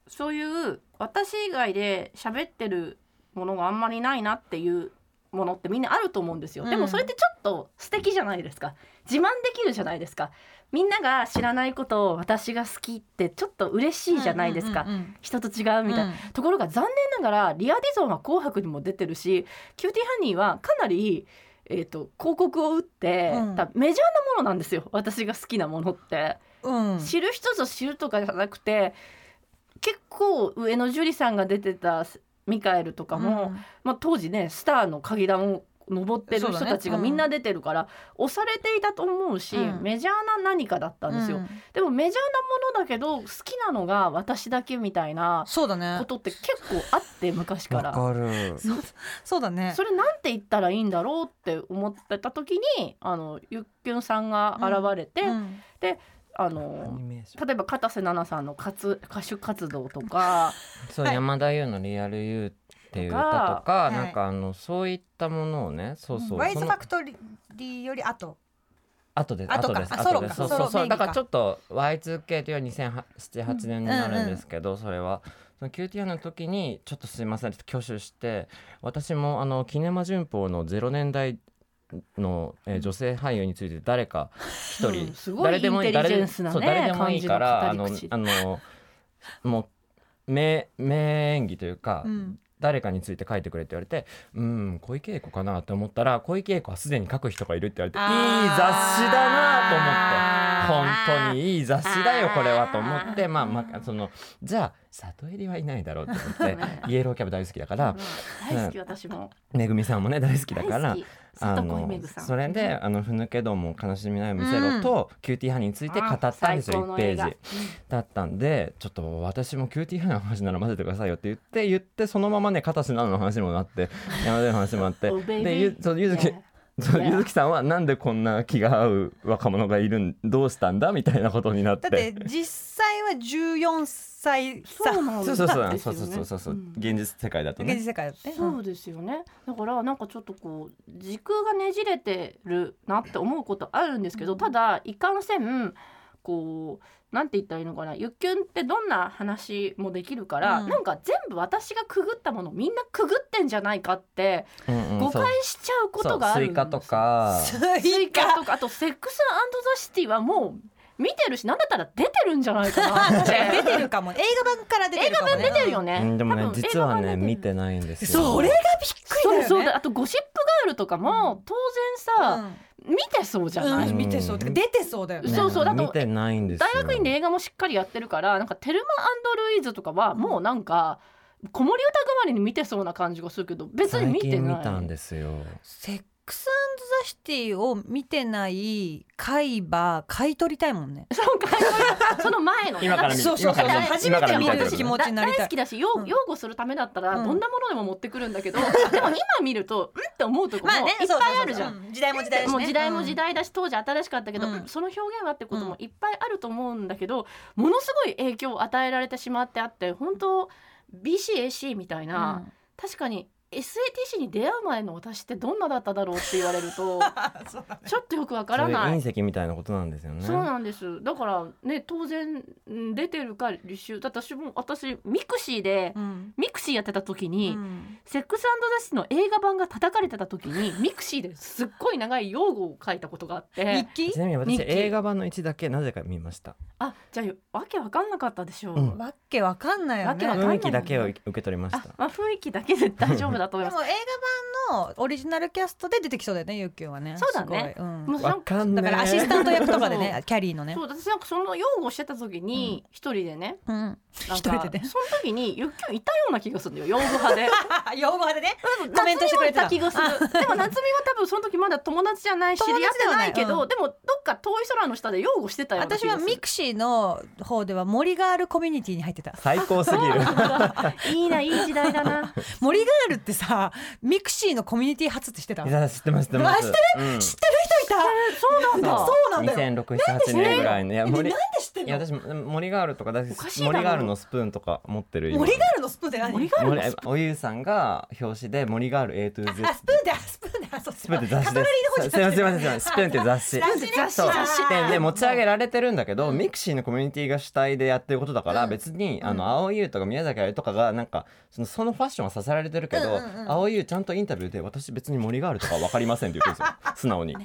Speaker 3: そういう私以外で喋ってるものがあんまりないなっていうものってみんなあると思うんですよ、
Speaker 2: うん
Speaker 3: でもそれってちょっと素敵じゃないですか自慢できるじゃないですかみんなが知らないことを私が好きってちょっと嬉しいじゃないですか、
Speaker 2: うんうん
Speaker 3: 人と違う
Speaker 2: うん
Speaker 3: みたいな、ところが残念ながらリアディゾンは「紅白」にも出てるしキューティーハニーはかなり、えー、と広告を打って、
Speaker 2: うん
Speaker 3: 多分メジャーなものなんですよ私が好きなものって。
Speaker 2: うんうん
Speaker 3: 知る人ぞ知るとかじゃなくて結構上野樹里さんが出てたミカエルとかも、
Speaker 2: うん
Speaker 3: まあ、当時ねスターの階段を登ってる
Speaker 2: そうだ
Speaker 3: 人
Speaker 2: ね
Speaker 3: たちがみんな出てるから、押されていたと思うし、
Speaker 2: うん
Speaker 3: メジャーな何かだったんですよ、
Speaker 2: うん
Speaker 3: でもメジャーなものだけど好きなのが私だけみたいな
Speaker 2: そうだ
Speaker 3: こ
Speaker 2: ね
Speaker 3: とって結構あって昔か
Speaker 4: わ
Speaker 3: ら。
Speaker 4: かる。
Speaker 2: そうだね
Speaker 3: それなんて言ったらいいんだろうって思ってた時にあのゆっきゅんさんが現れて、
Speaker 2: うん
Speaker 3: であ
Speaker 4: アニ
Speaker 3: の
Speaker 4: メーション
Speaker 3: 例えば片瀬那奈さんの活歌手活動とか
Speaker 4: そう、
Speaker 2: はい
Speaker 4: 山田優の「リアル U」っていう歌
Speaker 3: と
Speaker 4: とか、
Speaker 2: い
Speaker 4: なんかあのそういったものをねそうそう、
Speaker 2: ワイズ
Speaker 4: そ
Speaker 2: フ
Speaker 4: の
Speaker 2: ァクトリーより後
Speaker 4: 後で
Speaker 2: 後
Speaker 4: 後
Speaker 2: か
Speaker 4: です
Speaker 2: あソロ
Speaker 4: 後
Speaker 2: か
Speaker 4: ですそう
Speaker 2: ソロ
Speaker 4: そうそう
Speaker 2: メインか
Speaker 4: だからちょっと Y2K という2007-8年になるんですけど、それは。その QTR の時にちょっとすいませんちょっと挙手して私もあのキネマ旬報の0年代の、えー女性俳優について誰か一人、
Speaker 3: うんすごいインテリジェンスな
Speaker 4: そう誰
Speaker 3: ね
Speaker 4: でもい
Speaker 3: 感
Speaker 4: い
Speaker 3: じ
Speaker 4: か
Speaker 3: の
Speaker 4: らあ
Speaker 3: 語
Speaker 4: の
Speaker 3: り口
Speaker 4: あのもう名名演技というか、
Speaker 2: うん
Speaker 4: 誰かについて書いてくれって言われてうん小池栄子かなと思ったら小池栄子はすでに書く人がいるって言われていい雑誌だなと思って。本当にいい雑誌だよこれはと思ってまあまあそのじゃあ里襟はいないだろうと 思
Speaker 3: ね
Speaker 4: ってイエローキャブ大好きだから
Speaker 3: うん大好き私も
Speaker 4: めぐみさんもね大好きだ
Speaker 3: 大
Speaker 4: から
Speaker 3: 好き
Speaker 4: あ
Speaker 3: 里恋
Speaker 4: の
Speaker 3: めぐさん
Speaker 4: それで「あのふぬけども悲しみない見せろ」と「キューティーハニー」について語ったんですよ1ページ。だったんでちょっと私も QT ハイの話なら混ぜてくださいよって言って言ってそのままね片瀬なのの話にもな って山田の話もあって
Speaker 3: おベイビー
Speaker 4: でゆそうゆずき
Speaker 3: ね
Speaker 4: そうゆずきさんはなんでこんな気が合う若者がいるんどうしたんだみたいなことになって
Speaker 2: だって実際は14歳さ
Speaker 3: そうなん
Speaker 4: そ
Speaker 3: です
Speaker 4: うそ
Speaker 3: よ
Speaker 4: うそう、
Speaker 3: ね
Speaker 4: そうそうそうそうそう、
Speaker 3: ん
Speaker 4: 現実世界だと
Speaker 2: 現
Speaker 4: ね
Speaker 2: 実世界だって
Speaker 3: そうですよねだからなんかちょっとこう時空がねじれてるなって思うことあるんですけどただいかんせんこうなんて言ったらいいのかなゆっきゅんってどんな話もできるから、
Speaker 2: うん
Speaker 3: なんか全部私がくぐったものみんなくぐってんじゃないかって
Speaker 4: うんうん
Speaker 3: 誤
Speaker 4: そう
Speaker 3: 解しちゃうこ
Speaker 4: そ
Speaker 3: と
Speaker 4: う
Speaker 3: があ
Speaker 4: ス
Speaker 3: るんで
Speaker 4: イ
Speaker 3: す
Speaker 4: カとか
Speaker 3: ス
Speaker 2: ス
Speaker 3: イ
Speaker 2: イ
Speaker 3: カ
Speaker 2: カ
Speaker 3: とかあとセックスザシティはもう見てるしなんだったら出てるんじゃないかなっ
Speaker 2: 出
Speaker 3: て
Speaker 2: てるかも映画版から出てるかも、ね、
Speaker 3: 出てるよね
Speaker 4: う。んでもね
Speaker 3: 多分
Speaker 4: 実は
Speaker 3: 映画版
Speaker 4: ね
Speaker 3: 出てる
Speaker 4: 見てないんですよ
Speaker 2: それがびっくりだよ
Speaker 3: そう
Speaker 2: ね
Speaker 3: そうだあとゴシップガールとかも当然さ、見てそうじゃない、
Speaker 2: うん、見てそうってか出てそうだよね
Speaker 3: そうそうだと
Speaker 4: 見てないんですよ
Speaker 3: 大学院で映画もしっかりやってるからなんかテルマルイーズとかはもうなんか子守歌代わりに見てそうな感じがするけど別に見
Speaker 4: 最
Speaker 3: て
Speaker 4: 近見
Speaker 3: ない
Speaker 4: たんですよ
Speaker 2: セックスザシティを見てない海馬買い取りたいもんね
Speaker 3: その感じがその前のね
Speaker 4: 今から見る
Speaker 2: そうそうそう
Speaker 4: 今から見る
Speaker 2: 初
Speaker 4: 今
Speaker 2: め
Speaker 4: か
Speaker 2: て
Speaker 4: ら
Speaker 2: 見
Speaker 4: たい
Speaker 2: る気持ちになり
Speaker 3: 大
Speaker 2: た
Speaker 3: 好
Speaker 2: い
Speaker 3: きだし擁
Speaker 2: うん
Speaker 3: 擁護するためだったら
Speaker 2: うん
Speaker 3: どんなものでも持ってくるんだけど、でも今見るとうんって思うとこもいっぱいあるじゃん。
Speaker 2: ん時代も時代だしね
Speaker 3: もう時代も時代だし当時新しかったけど、
Speaker 2: うん
Speaker 3: うんその表現はってこともいっぱいあると思うんだけど、ものすごい影響を与えられてしまってあって本当 BCAC みたいな、確かに SATC に出会う前の私ってどんなだっただろうって言わ れるとちょっとよくわから
Speaker 4: そ
Speaker 3: な
Speaker 4: れ
Speaker 3: い。
Speaker 4: 隕石みたいなことなんですよね
Speaker 3: そうなんですだからね当然うん出てるか履修だって私も私ミクシーで、
Speaker 2: うん
Speaker 3: ミクシーやってた時に、
Speaker 2: うん
Speaker 3: セックスザシティの映画版が叩かれてた時にミクシーですっごい長い用語を書いたことがあって
Speaker 2: 日記
Speaker 4: ちなみに
Speaker 3: 日
Speaker 4: 私
Speaker 3: 記
Speaker 4: 映画版の1だけなぜか見ました
Speaker 3: あじゃあわけわかんなかったでしょう、
Speaker 4: うん
Speaker 2: わけわかんないよ
Speaker 3: わけわかん
Speaker 2: ね
Speaker 3: ない
Speaker 4: 雰囲気だけを受け取りまし
Speaker 3: あ
Speaker 4: た、
Speaker 3: まあ、雰囲気だけで大丈夫だと思
Speaker 2: で
Speaker 3: い
Speaker 2: も映
Speaker 3: ます
Speaker 2: 画版のオリジナルキャストで出てきそうだよねゆっきゅんはね
Speaker 3: そうだね
Speaker 2: すごいうん
Speaker 3: もう
Speaker 4: わかんな
Speaker 2: だ
Speaker 4: い
Speaker 2: からアシスタント役とかでねキャリーのね
Speaker 3: そう私なんかその用語をしてた時に一人でね
Speaker 2: うん
Speaker 3: なん
Speaker 2: 一
Speaker 3: か
Speaker 2: 人でね
Speaker 3: その時にゆっきゅんいたような気がするんだよ擁護派で
Speaker 2: 用語派でねコ
Speaker 3: 夏
Speaker 2: メ
Speaker 3: 美
Speaker 2: ントしてく
Speaker 3: も
Speaker 2: れ
Speaker 3: い
Speaker 2: てた
Speaker 3: た気がするでも夏美は多分その時まだ友達じゃないし知
Speaker 2: 友
Speaker 3: り合っ
Speaker 2: 達で
Speaker 3: て
Speaker 2: はな
Speaker 3: ないいけど、
Speaker 2: うん
Speaker 3: でもどっか遠い空の下で擁護してたような気
Speaker 2: 私
Speaker 3: が
Speaker 2: は
Speaker 3: する
Speaker 2: ミクシーの方では森ガールコミュニティに入ってた
Speaker 4: 最高すぎる
Speaker 3: いいないい時代だ な
Speaker 2: 森ガールってさミクシーのコミュニティ初ってしてた
Speaker 4: い
Speaker 2: 知ってる
Speaker 4: や知ってます知ってます
Speaker 2: 知っ
Speaker 4: うん
Speaker 2: 人いた
Speaker 3: そうなんだ
Speaker 2: そうなんだよ
Speaker 4: 2006、7年ぐらいのい
Speaker 2: え
Speaker 4: や
Speaker 2: なんで
Speaker 4: 森い
Speaker 2: 知ってん
Speaker 4: や
Speaker 2: の
Speaker 4: 私森ガールとか大好
Speaker 3: お
Speaker 4: き
Speaker 3: か
Speaker 4: で
Speaker 3: し
Speaker 4: す
Speaker 3: いだろ
Speaker 4: 森ガールのスプーンとか持ってる今
Speaker 2: 森ガールのスプーンって何
Speaker 3: 森ガールの
Speaker 4: 森おゆうさんが表紙で森ガール A to Z
Speaker 2: あスプーンでスプーンであそう
Speaker 4: スプーンって雑誌で
Speaker 2: カ
Speaker 4: す
Speaker 2: トラリーの方じゃなくて
Speaker 4: すいませんすいませんすいませんスプーンって雑誌
Speaker 2: 雑誌ね
Speaker 3: 雑誌
Speaker 4: そう
Speaker 3: 雑誌
Speaker 4: でね持ち上げられてるんだけど、ミクシーのコミュニティが主体でやってることだから、
Speaker 2: うん
Speaker 4: 別にあの青優とか宮崎あゆとかがなんかそのそのファッションはさせられてるけど、
Speaker 2: うんうんうん
Speaker 4: 青優ちゃんとインタビューで私別に森ガールとかわかりませんって言って るんですよ素直に。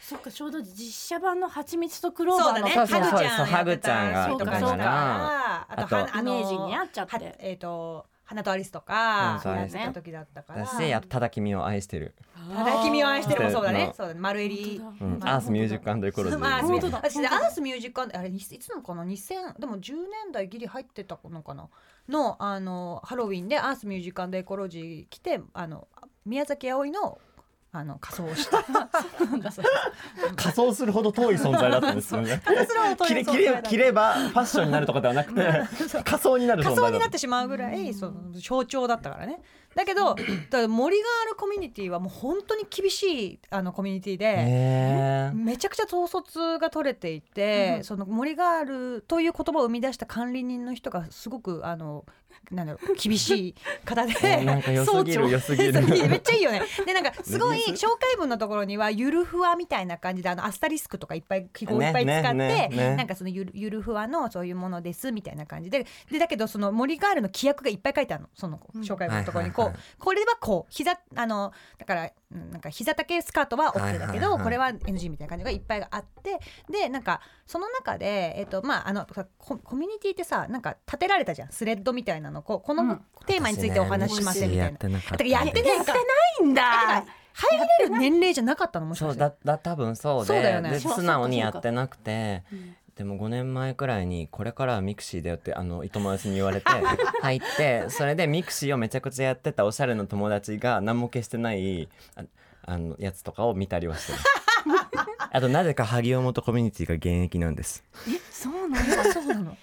Speaker 3: そっかちょうど実写版の「はちみつとクロー
Speaker 2: そう
Speaker 3: バ
Speaker 2: だ
Speaker 3: ーの」
Speaker 2: ね
Speaker 4: そうそうそう
Speaker 2: ハグちゃん
Speaker 4: ハ
Speaker 2: とか
Speaker 3: グちゃんがそうかそう
Speaker 4: か
Speaker 2: あとは
Speaker 4: あ
Speaker 3: イメージに合っちゃっ
Speaker 2: は
Speaker 3: て。
Speaker 2: えっと花とアリスとか
Speaker 4: そう
Speaker 2: や
Speaker 4: で
Speaker 2: って
Speaker 4: す
Speaker 3: ね
Speaker 2: た時だったから
Speaker 4: だしあとただ君を愛してる、
Speaker 2: ただ君を愛してるもそうだね
Speaker 4: の
Speaker 2: そうだね丸襟
Speaker 3: 本当
Speaker 4: う
Speaker 3: だ
Speaker 4: んアースミュージックアンドエコロジー
Speaker 2: まあ、
Speaker 3: 本当だ
Speaker 2: 私ねアースミュージックアンドあれいついつのかな2000でも10年代ギリ入ってたのかなのあのハロウィンでアースミュージックアンドエコロジー来てあの宮崎あおいのあの仮装をした
Speaker 4: 仮装するほど遠い存在だったんですよね
Speaker 2: 仮装
Speaker 4: 切れ切れ切ればファッションになるとかではなくて仮装になる
Speaker 2: 仮
Speaker 4: 存在だ
Speaker 2: 装
Speaker 4: った
Speaker 2: になってしまうぐらいその象徴だったからねだけどだから森があるコミュニティはもう本当に厳しいあのコミュニティで。
Speaker 4: えー
Speaker 2: めちゃくちゃ統率が取れていて、
Speaker 3: うん
Speaker 2: その森ガールという言葉を生み出した管理人の人がすごくあのなんだろう厳しい方で
Speaker 4: えー なんか良 すぎる良すぎ
Speaker 2: え
Speaker 4: る
Speaker 2: それめっちゃいいよね。で なんかすごい
Speaker 4: レディース
Speaker 2: 紹介文のところにはゆるふわみたいな感じであのアスタリスクとかいっぱい記号いっぱい使って、
Speaker 4: ねねね
Speaker 2: なんかそのゆるゆるふわのそういうものですみたいな感じででだけどその森ガールの規約がいっぱい書いてあるのその
Speaker 3: うん
Speaker 2: 紹介文のところにこう、
Speaker 4: はいはい
Speaker 2: これはこう膝あのだからうんなんか膝丈スカートは OK だけど、
Speaker 4: はいはいはい
Speaker 2: これは NG みたいな感じがいっぱいあってでなんかその中で、えっとまあ、あのココミュニティってさなんか立てられたじゃんスレッドみたいなのこうこの、
Speaker 3: うん
Speaker 2: テーマについてお話ししませんみたいな。
Speaker 4: 私ね NGC やってなか
Speaker 2: だ
Speaker 4: っ
Speaker 2: か
Speaker 4: た
Speaker 2: らやってないんか
Speaker 3: いんだ
Speaker 2: 入れる年齢じゃなかったのもし
Speaker 4: そ
Speaker 2: かし
Speaker 4: う
Speaker 2: て
Speaker 4: だだ多分そうで
Speaker 2: そうだよね
Speaker 4: で
Speaker 3: そう
Speaker 4: 素直に
Speaker 3: そう
Speaker 4: や
Speaker 3: か
Speaker 4: ってなくてでも5年前くらいにこれからはミクシーだよってあのお友達に言われて 入ってそれでミクシーをめちゃくちゃやってたおしゃれな友達が何も消してないああのやつとかを見たりは してるあとなぜか萩尾元コミュニティが現役なんです
Speaker 3: えそうなんだ
Speaker 2: そうなの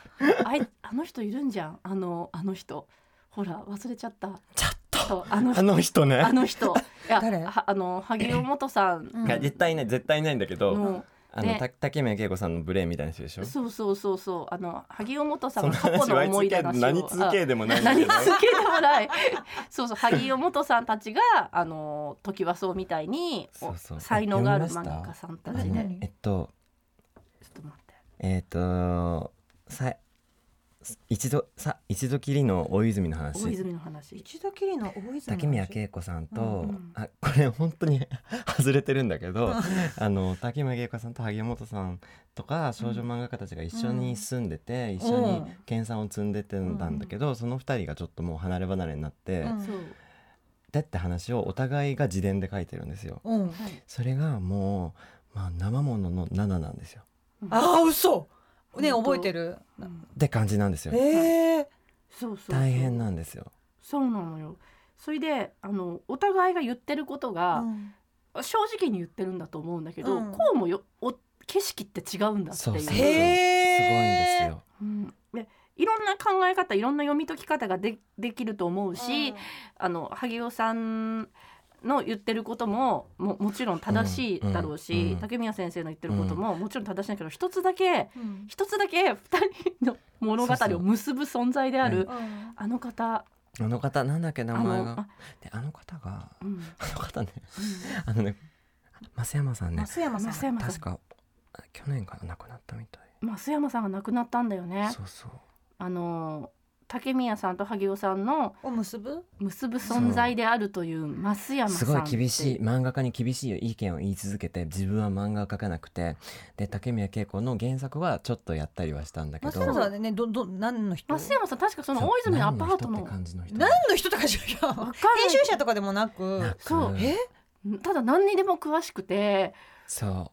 Speaker 3: あいあの人いるんじゃんあのあの人ほら忘れちゃった
Speaker 4: ちょっ
Speaker 3: そうあの
Speaker 4: あ
Speaker 3: 人
Speaker 4: の人ね
Speaker 3: あの人いや
Speaker 2: 誰
Speaker 3: はあの萩尾元さん
Speaker 2: うん
Speaker 4: いや絶対いない絶対いないんだけど、
Speaker 3: の、
Speaker 4: あの
Speaker 3: ね
Speaker 4: た竹宮恵子さんの無礼みたいな人でしょ
Speaker 3: そうそうそうそうあの萩尾元さ
Speaker 4: そ
Speaker 3: ん
Speaker 4: の
Speaker 3: の過去
Speaker 4: 話
Speaker 3: の
Speaker 4: は
Speaker 3: 思い出話を
Speaker 4: 何続け
Speaker 3: あ
Speaker 4: でもないんだ
Speaker 3: 何
Speaker 4: け
Speaker 3: 続
Speaker 4: ど
Speaker 3: けでもないそうそう萩尾元さんたちがあの時はそうみたいにお
Speaker 4: そうそう
Speaker 3: 才能がある
Speaker 4: 読みました
Speaker 3: 漫画家さんた
Speaker 4: あ
Speaker 3: ち
Speaker 4: の
Speaker 3: で
Speaker 2: 何
Speaker 4: えっと
Speaker 3: ちょっと待って
Speaker 4: えっ、とさ一度さ一度きりの大泉の話
Speaker 3: 大泉の話
Speaker 2: 一度きりの大泉
Speaker 4: 竹宮恵子さんと、
Speaker 2: うん
Speaker 3: うん
Speaker 4: あこれ本当に 外れてるんだ けどあの竹宮恵子さんと萩本さんとか少女漫画家たちが一緒に住んでて、一緒に研鑽を積んでてたんだけど、その二人がちょっともう離れ離れになって、
Speaker 2: うん
Speaker 3: そう
Speaker 4: でって話をお互いが自伝で書いてるんですよ。
Speaker 2: うん
Speaker 4: それがもう、まあ、生ものの7なんですよ
Speaker 2: ああ嘘ね
Speaker 3: 本当
Speaker 2: 覚えてる
Speaker 3: うん
Speaker 4: って感じなんですよ。
Speaker 2: ええ
Speaker 3: そうそう
Speaker 4: 大変なんですよ。
Speaker 3: そうなのよそれであのお互いが言ってることが、正直に言ってるんだと思うんだけど、
Speaker 2: うん
Speaker 3: こうもよお景色って違うんだっていう
Speaker 4: そうそう
Speaker 2: へえ
Speaker 4: すごいんですよ。
Speaker 3: うんでいろんな考え方いろんな読み解き方がでできると思うし、あの萩尾さんの言ってることもももちろん正しいだろうし、
Speaker 4: うんうん
Speaker 3: 竹宮先生の言ってることももちろん正しいんだけど一つだけ
Speaker 2: うん
Speaker 3: 一つだけ2人の物語を結ぶ存在である
Speaker 4: そう
Speaker 2: うん
Speaker 3: あの方
Speaker 4: あの方なんだっけ名
Speaker 3: あ
Speaker 4: 前
Speaker 3: の
Speaker 4: が
Speaker 3: あ、
Speaker 4: であの方が
Speaker 3: うん
Speaker 4: あの方ねあのね増山さんね
Speaker 2: 増山さん
Speaker 3: 増山さ
Speaker 4: 確
Speaker 3: ん
Speaker 4: かあ去年から亡くなったみたい。
Speaker 3: 増山さんが亡くなったんだよね。
Speaker 4: そうそう。
Speaker 3: あの竹宮さんと萩尾さんの
Speaker 2: を結ぶ
Speaker 3: 結ぶ存在であるという増山さ
Speaker 4: す
Speaker 3: ん
Speaker 4: ごい
Speaker 3: って
Speaker 4: 厳しい漫画家に厳しい意見を言い続けて自分は漫画を描かなくてで竹宮恵子の原作はちょっとやったりはしたんだけ
Speaker 2: 松
Speaker 4: ど。
Speaker 2: 山さんはねどど何の人
Speaker 3: 増山さん確かその大泉のアパートの
Speaker 4: 何人って感じの人
Speaker 2: 何の人とかじゃん
Speaker 3: わかんない
Speaker 2: 編集者とかでもなく
Speaker 4: な
Speaker 3: そう
Speaker 4: く
Speaker 2: え
Speaker 3: ただ何にでも詳しくて
Speaker 4: そ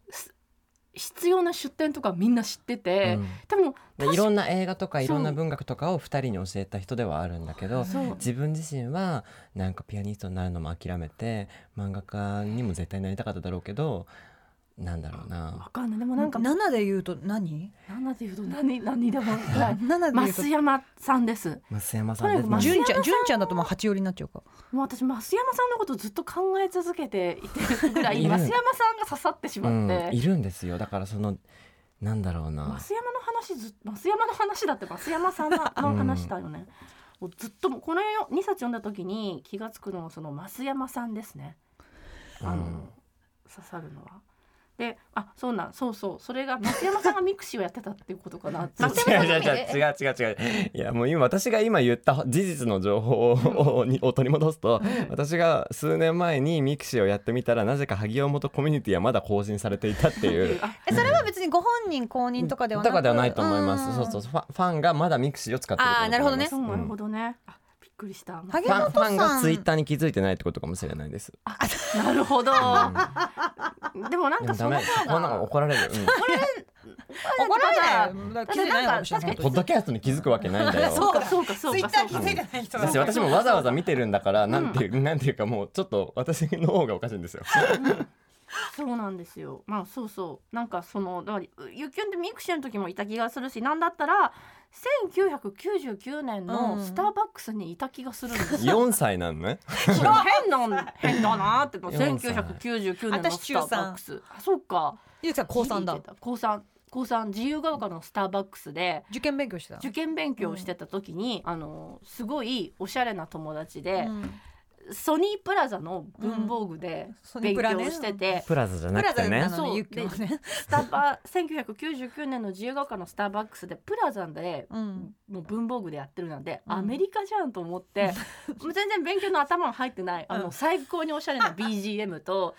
Speaker 3: 必要な出典とかみんな知って
Speaker 4: う、
Speaker 3: て、
Speaker 4: うん
Speaker 3: でも
Speaker 4: で
Speaker 3: 確
Speaker 4: いろんな映画とか
Speaker 3: そう
Speaker 4: いろんな文学とかを二人に教えた人ではあるんだけど
Speaker 3: そう
Speaker 4: 自分自身はなんかピアニストになるのも諦めて漫画家にも絶対なりたかっただろうけどなんだろ
Speaker 3: わ
Speaker 4: うな
Speaker 3: かんないでもな
Speaker 2: なんん
Speaker 3: か
Speaker 2: か7で言うと何
Speaker 3: 何で言うと何何 でもはい
Speaker 2: 7で言うと
Speaker 3: 増山さんです
Speaker 4: 増山さん
Speaker 3: とにかく
Speaker 4: です
Speaker 2: 純
Speaker 3: 増
Speaker 2: ちゃん純ちゃんだともう8寄りになっちゃうか
Speaker 3: もう私増山さんのことずっと考え続けていてるぐらい
Speaker 4: いる
Speaker 3: 増山さんが刺さってしまって、
Speaker 4: うん、いるんですよだからそのなんだろうな
Speaker 3: 増山の話ず増山の話だって増山さんのの話だよね、もうずっともうこの2冊読んだ時に気がつくのはその増山さんですねあの、
Speaker 4: うん
Speaker 3: 刺さるのは。であそうなんそうそうそれが増山さんがミクシーをやってたっていうこと かなって
Speaker 4: 違う違う違う違う違う違ういやもう今私が今言った事実の情報を にを取り戻すと私が数年前にミクシーをやってみたらなぜか萩尾元コミュニティはまだ更新されていたっていう
Speaker 3: あ
Speaker 2: えそれは別にご本人公認とかではなく
Speaker 4: とかではないと思います。そうそううそうファファンがまだミクシーを使ってるってこと
Speaker 2: あーなるほどね
Speaker 4: だ
Speaker 3: そ
Speaker 4: と
Speaker 3: う
Speaker 4: 思
Speaker 3: ないる
Speaker 4: ま
Speaker 3: ほどね、あびっくりした
Speaker 2: 萩
Speaker 4: すうんファ
Speaker 2: 本
Speaker 4: ンファン
Speaker 2: さ
Speaker 4: が
Speaker 2: ん
Speaker 4: ツイッターに気づいてないってことかもしれないです。
Speaker 3: なるほど
Speaker 4: う
Speaker 3: でもなん
Speaker 4: ん、で
Speaker 3: かその
Speaker 4: もダメ
Speaker 3: 方
Speaker 4: こんなの
Speaker 3: が
Speaker 4: 怒られ る。う
Speaker 2: 怒られない
Speaker 3: だ
Speaker 2: 気づいてないのかもしれない
Speaker 4: ん、ポッドキャストに気づくわけないんだよ。
Speaker 3: そうかそうかそうかそうか
Speaker 2: いてない人
Speaker 4: だし私もわざわざ見てるんだからなんていう、 なんていうかもうちょっと私の方がおかしいん ですよ。
Speaker 3: そうなんですよまあそうそうなんかそのだからゆゆっきゅんってミクシーの時もいた気がするしなんだったら1999年のスターバックスにいた気がする んですよ。
Speaker 4: 4歳なのね
Speaker 3: 変な変だなってもう
Speaker 4: 四歳
Speaker 3: 1999年のスターバックス。あそうか。
Speaker 2: ゆうきさん高三だ
Speaker 3: ギリ行けた。高三高三自由が丘のスターバックスで。
Speaker 2: 受験勉強してた
Speaker 3: 受験勉強をしてた時に、あのすごいおしゃれな友達で、
Speaker 2: うん
Speaker 3: ソニープラザの文房具で
Speaker 2: ソニ
Speaker 3: 勉
Speaker 2: ープラね
Speaker 3: 強してて、
Speaker 4: プラザじゃ
Speaker 2: プ
Speaker 4: な
Speaker 2: ラ
Speaker 4: く
Speaker 2: ザ
Speaker 4: て
Speaker 2: でな
Speaker 4: ね
Speaker 2: のね
Speaker 3: そう
Speaker 2: ゆうきはね
Speaker 3: スタバ1999年の自由が丘のスターバックスでプラザで
Speaker 2: うん
Speaker 3: もう文房具でやってるなんで、
Speaker 2: うん
Speaker 3: アメリカじゃんと思って、もう全然勉強の頭も入ってない、あ
Speaker 2: う
Speaker 3: の
Speaker 2: ん
Speaker 3: 最高におしゃれな BGM と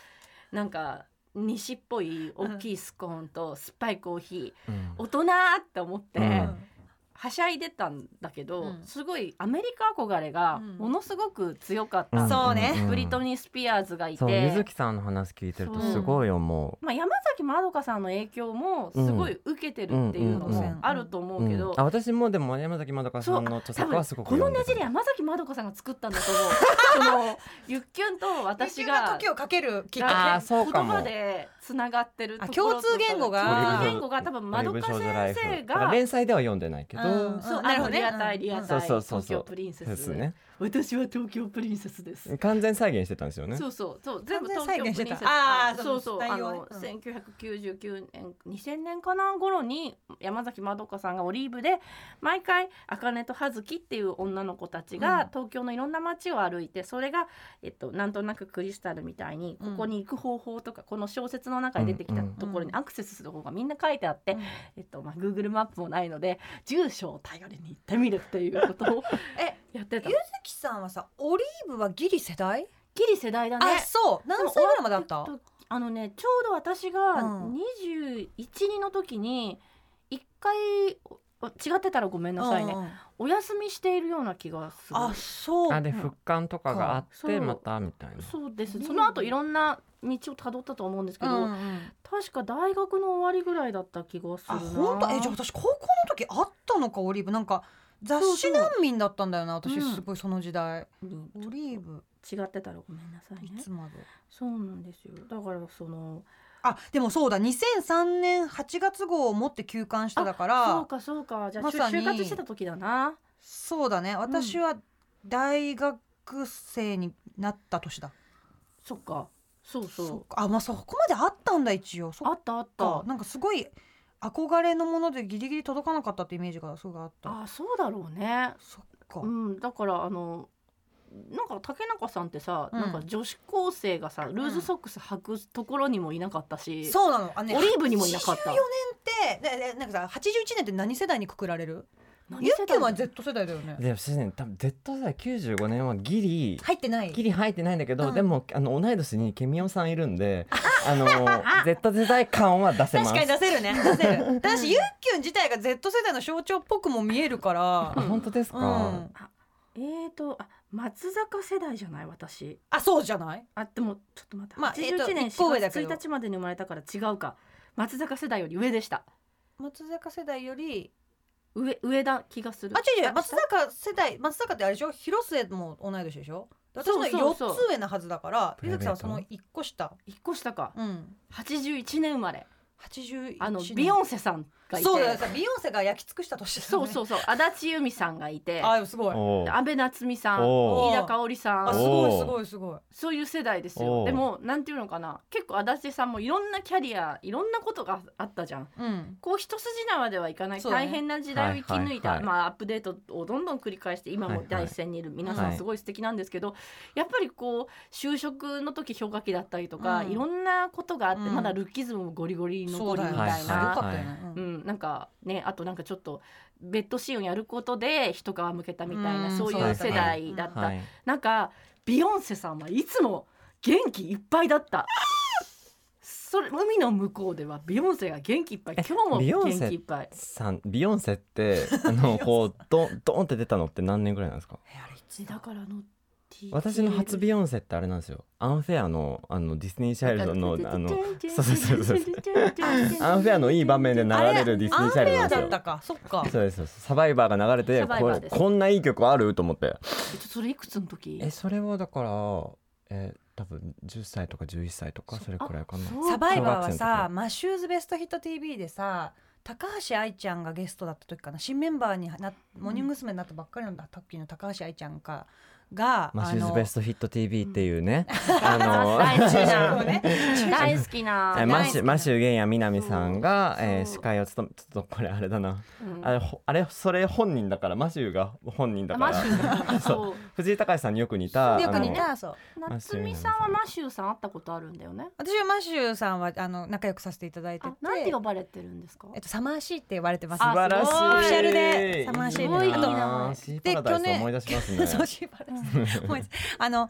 Speaker 3: なんか西っぽい大きいスコーンと酸っぱいコーヒ
Speaker 4: うん
Speaker 3: ー大人って思って、
Speaker 4: う
Speaker 2: うんん
Speaker 3: はしゃいでたんだけど、
Speaker 2: うん
Speaker 3: すごいアメリカ憧れが
Speaker 2: うん
Speaker 3: ものすごく強かっ
Speaker 4: ん
Speaker 3: た、
Speaker 2: そうね
Speaker 4: ん
Speaker 3: ブリトニー・スピアーズがい
Speaker 4: そうゆ
Speaker 3: て。
Speaker 4: ずきさんの話聞いてるとすごい思
Speaker 3: まあ、山崎まどかさんの影響もすごい受けてるっていうのもあると思
Speaker 4: う、
Speaker 3: うけど、
Speaker 4: うんあ私もでも山崎まどかさんの著
Speaker 3: 多
Speaker 4: 作は
Speaker 3: 分
Speaker 4: すごく
Speaker 3: この
Speaker 4: 読ん
Speaker 3: ね
Speaker 4: で
Speaker 3: じ
Speaker 4: た
Speaker 3: り山崎まどかさんが作ったんだと思うその ゆっきゅんと私
Speaker 2: 私が
Speaker 3: が
Speaker 2: 時をかけるきっ
Speaker 4: あ
Speaker 2: か
Speaker 4: ー
Speaker 2: け
Speaker 4: そうか
Speaker 3: 言
Speaker 4: も
Speaker 3: 葉でつながってるところ
Speaker 2: あ共通言語が
Speaker 3: 共通言語が多分まどか先生
Speaker 4: だから
Speaker 3: が
Speaker 4: 連載では読んでないけど、
Speaker 2: うん
Speaker 3: そう
Speaker 2: な
Speaker 3: あ
Speaker 2: るほど
Speaker 3: の
Speaker 2: ね
Speaker 3: リアタイリアタイ
Speaker 4: そうそうそう
Speaker 3: 東
Speaker 4: そう
Speaker 3: 京プリンセ
Speaker 4: です
Speaker 3: ス
Speaker 4: ね
Speaker 3: 私は東京プリンセスです
Speaker 4: 完全再現してたんですよね
Speaker 3: そうそうそう全部
Speaker 2: 完全再
Speaker 3: 東京プ
Speaker 2: 現
Speaker 3: リン
Speaker 2: して
Speaker 3: セ
Speaker 2: た
Speaker 3: ス
Speaker 2: あー
Speaker 3: そうそう
Speaker 2: その
Speaker 3: あ
Speaker 2: 内容ね
Speaker 3: の1999年2000年かな頃に山崎まどかさんがオリーブで毎回茜と葉月っていう女の子たち
Speaker 2: うん
Speaker 3: が東京のいろんな街を歩いてそれがえっとなんとなくクリスタルみたいに
Speaker 2: う
Speaker 3: こ
Speaker 2: ん
Speaker 3: こに行く方法とかこの小説の中に出てきたところに
Speaker 2: うん
Speaker 3: アクセスする方がみんな書いてあってえっとまあ Google マップもないので住所を頼りに行ってみるっていうことを
Speaker 2: え
Speaker 3: やってた
Speaker 2: ゆずきさんはさオリーブはギリ世代
Speaker 3: ギリ世代だね
Speaker 2: あそう何歳ぐらいまであった
Speaker 3: でもあのねちょうど私が
Speaker 2: うん
Speaker 3: 21、2の時に一回お違ってたらごめんなさいね、
Speaker 2: うん
Speaker 3: お休みしているような気がする
Speaker 2: あそう
Speaker 4: あで復刊とかがあっ
Speaker 3: そう
Speaker 4: てまたみたいな
Speaker 3: そうです
Speaker 2: うん
Speaker 3: その後いろんな道をたどったと思うんですけ
Speaker 2: う
Speaker 3: ど、
Speaker 2: んうん
Speaker 3: 確か大学の終わりぐらいだった気がす
Speaker 2: あ
Speaker 3: るな
Speaker 2: 本当えじゃあ私高校の時あったのかオリーブなんか雑誌難民だったんだよな
Speaker 3: そうそう
Speaker 2: 私すごいその時代
Speaker 3: うん
Speaker 2: オリーブ
Speaker 3: 違ってたらごめんなさい
Speaker 2: い
Speaker 3: ね
Speaker 2: つまで
Speaker 3: そうなんですよだからその
Speaker 2: あでもそうだ2003年8月号を持って休刊してだか
Speaker 3: そう
Speaker 2: ら
Speaker 3: かそうかじゃあ、
Speaker 2: まさに
Speaker 3: 就活してた時だな
Speaker 2: そうだね私は大学生になった年だ、
Speaker 3: そっかそうそう
Speaker 2: そっかあまあそこまであったんだ一応そ
Speaker 3: あ
Speaker 2: っ
Speaker 3: ったあった
Speaker 2: かなんかすごい憧れのものでギリギリ届かなかったってイメージがすごいあった
Speaker 3: あそうだろうね
Speaker 2: そっか、
Speaker 3: うん、だからあのなんか竹中さんってさ、
Speaker 2: うん
Speaker 3: なんか女子高生がさルーズソックス履くところにもいなかったし、
Speaker 2: そうなのあ、ね、
Speaker 3: オリーブにもいなかった
Speaker 2: 84年って、ねねなんかさ81年って何世代にくくられる
Speaker 3: 何
Speaker 2: ユ
Speaker 3: 世
Speaker 2: ッケ
Speaker 3: 代
Speaker 2: は Z 世代だよね
Speaker 4: でも私ね多分 Z 世代95年はギリ
Speaker 2: 入ってない
Speaker 4: ギリ入ってないんだけど、
Speaker 2: うん
Speaker 4: でもあの同い年にケミオさんいるんであ の Z 世代感は出せます
Speaker 2: 確かに出せるね 出せるだしユッキュン自体が Z 世代の象徴っぽくも見えるから
Speaker 4: あ本当ですか、
Speaker 2: うん
Speaker 3: えーとあ松坂世代じゃない私
Speaker 2: あそうじゃない
Speaker 3: あでもちょっと待って、
Speaker 2: まあえーと
Speaker 3: 81年
Speaker 2: 一個上
Speaker 3: 4
Speaker 2: だ
Speaker 3: 月
Speaker 2: けど
Speaker 3: 1日までに生まれたから違うか松坂世代より上でした
Speaker 2: 松坂世代より
Speaker 3: 上上だ気がする
Speaker 2: あ違う違う
Speaker 3: 下
Speaker 2: 松坂世代松坂ってあれでしょ広末も同い年でしょ私の
Speaker 3: そう
Speaker 2: 4
Speaker 3: そうそう
Speaker 2: つ上なはずだから
Speaker 4: プ
Speaker 2: ゆ
Speaker 4: ライ
Speaker 2: ず
Speaker 4: ベ
Speaker 2: き
Speaker 4: ー
Speaker 2: さん
Speaker 4: ト
Speaker 2: はその1個下
Speaker 3: 一個下か
Speaker 2: うん
Speaker 3: 81年生まれ
Speaker 2: 81
Speaker 3: あのビヨンセさんがいて
Speaker 2: そうだよさビヨンセが焼き尽くした年だ
Speaker 3: そう
Speaker 2: う
Speaker 3: そうそう足立由美さんがいて
Speaker 2: あすごい
Speaker 4: おう
Speaker 3: 安倍夏実さん
Speaker 4: お
Speaker 2: う
Speaker 3: 飯田香織さ
Speaker 2: あ
Speaker 4: お
Speaker 2: す
Speaker 3: ん
Speaker 2: ごいすごいすごい
Speaker 3: そういう世代です
Speaker 4: お
Speaker 3: よ
Speaker 4: う
Speaker 3: でもなんていうのかな結構足立さんもいろんなキャリアいろんなことがあったじゃん
Speaker 2: うん
Speaker 3: こう一筋縄ではいかない、
Speaker 2: そうだね
Speaker 3: 大変な時代を生き抜いた、
Speaker 4: はいはいはい
Speaker 3: まあ、アップデートをどんどん繰り返して今も第一線にいる皆さ
Speaker 4: は
Speaker 3: ん
Speaker 4: い
Speaker 3: すごい素敵なんですけど、やっぱりこう就職の時氷河期だったりとか、
Speaker 2: うん
Speaker 3: いろんなことがあって、
Speaker 2: うん
Speaker 3: まだルッキズムもゴリゴリ
Speaker 2: そ
Speaker 3: 残
Speaker 2: う
Speaker 3: り
Speaker 2: だよ
Speaker 3: みた
Speaker 2: ね
Speaker 3: いな。
Speaker 4: はい
Speaker 2: すごかったよねう
Speaker 3: うんん、なんかねあとなんかちょっとベッドシーンをやることで一皮むけたみたいな、
Speaker 2: うん
Speaker 3: そうい
Speaker 4: そう
Speaker 3: う
Speaker 4: ですね
Speaker 3: 世代だった、
Speaker 4: はい
Speaker 3: なんかビヨンセさんはいつも元気いっぱいだったそれ海の向こうではビヨンセが元気いっぱい
Speaker 4: え
Speaker 3: 今日も
Speaker 4: ビヨンセ
Speaker 3: 元気いっぱい
Speaker 4: さんビヨンセってあのこうドンドンって出たのって何年ぐらいなんですか
Speaker 2: えあれいつだ
Speaker 3: だからあの TTL
Speaker 4: 私の初ビヨンセってあれなんですよアンフェアのあのディズニーシャイルドの あのそうそうそうそうアンフェアのいい場面で流れるディズニーシャイルド
Speaker 2: ア
Speaker 4: な
Speaker 2: ンフェ
Speaker 4: んです
Speaker 2: アだ
Speaker 4: よ
Speaker 2: ったかそっか
Speaker 4: そうですそうですサバイバーが流れて
Speaker 3: サバイバー
Speaker 4: こ
Speaker 3: です
Speaker 4: こんないい曲あると思って
Speaker 3: えそれいくつの時
Speaker 4: えそれはだからえー多分10歳とか11歳とかそれくらいかな
Speaker 3: そう
Speaker 2: サバイバーは
Speaker 4: 小学生の
Speaker 2: さマシューズベストヒット TV でさ高橋愛ちゃんがゲストだった時かな新メンバーになモーニング娘。になったばっかりの時の高橋愛ちゃんかが、
Speaker 4: マ
Speaker 2: あ
Speaker 4: シューズ
Speaker 2: の
Speaker 4: ベストヒット TV っていうね、
Speaker 3: 大好き
Speaker 2: あの
Speaker 3: な
Speaker 2: ね
Speaker 3: 大好きな
Speaker 4: えーマシ
Speaker 2: 大好き
Speaker 4: ュ
Speaker 2: な
Speaker 4: マシュゲンや南さんが、
Speaker 3: そう
Speaker 4: えー
Speaker 3: そう
Speaker 4: 司会を務めちょっとこれあれだな、
Speaker 3: うん
Speaker 4: あれほあれそれ本人だからマシュが本人だか
Speaker 3: マ
Speaker 4: ら
Speaker 3: シュー
Speaker 4: そ
Speaker 3: そう
Speaker 4: 藤井隆さんによく似た
Speaker 2: よく似
Speaker 4: あの
Speaker 2: たそう
Speaker 3: う夏美さんはマシューさん会ったことあるんだよね
Speaker 2: 私はマシューさんはあの仲良くさせていただいて
Speaker 3: あ
Speaker 2: て、
Speaker 3: なんて呼ばれてるんですか
Speaker 2: えっと、サマーシーって呼ばれてます
Speaker 4: 素晴らしい
Speaker 3: あすごい
Speaker 2: オフィシャルでサマーシー
Speaker 3: すごいいい
Speaker 2: あと
Speaker 3: な
Speaker 4: シーパラダイスを思い出します ね
Speaker 2: そうしば らく思いますあの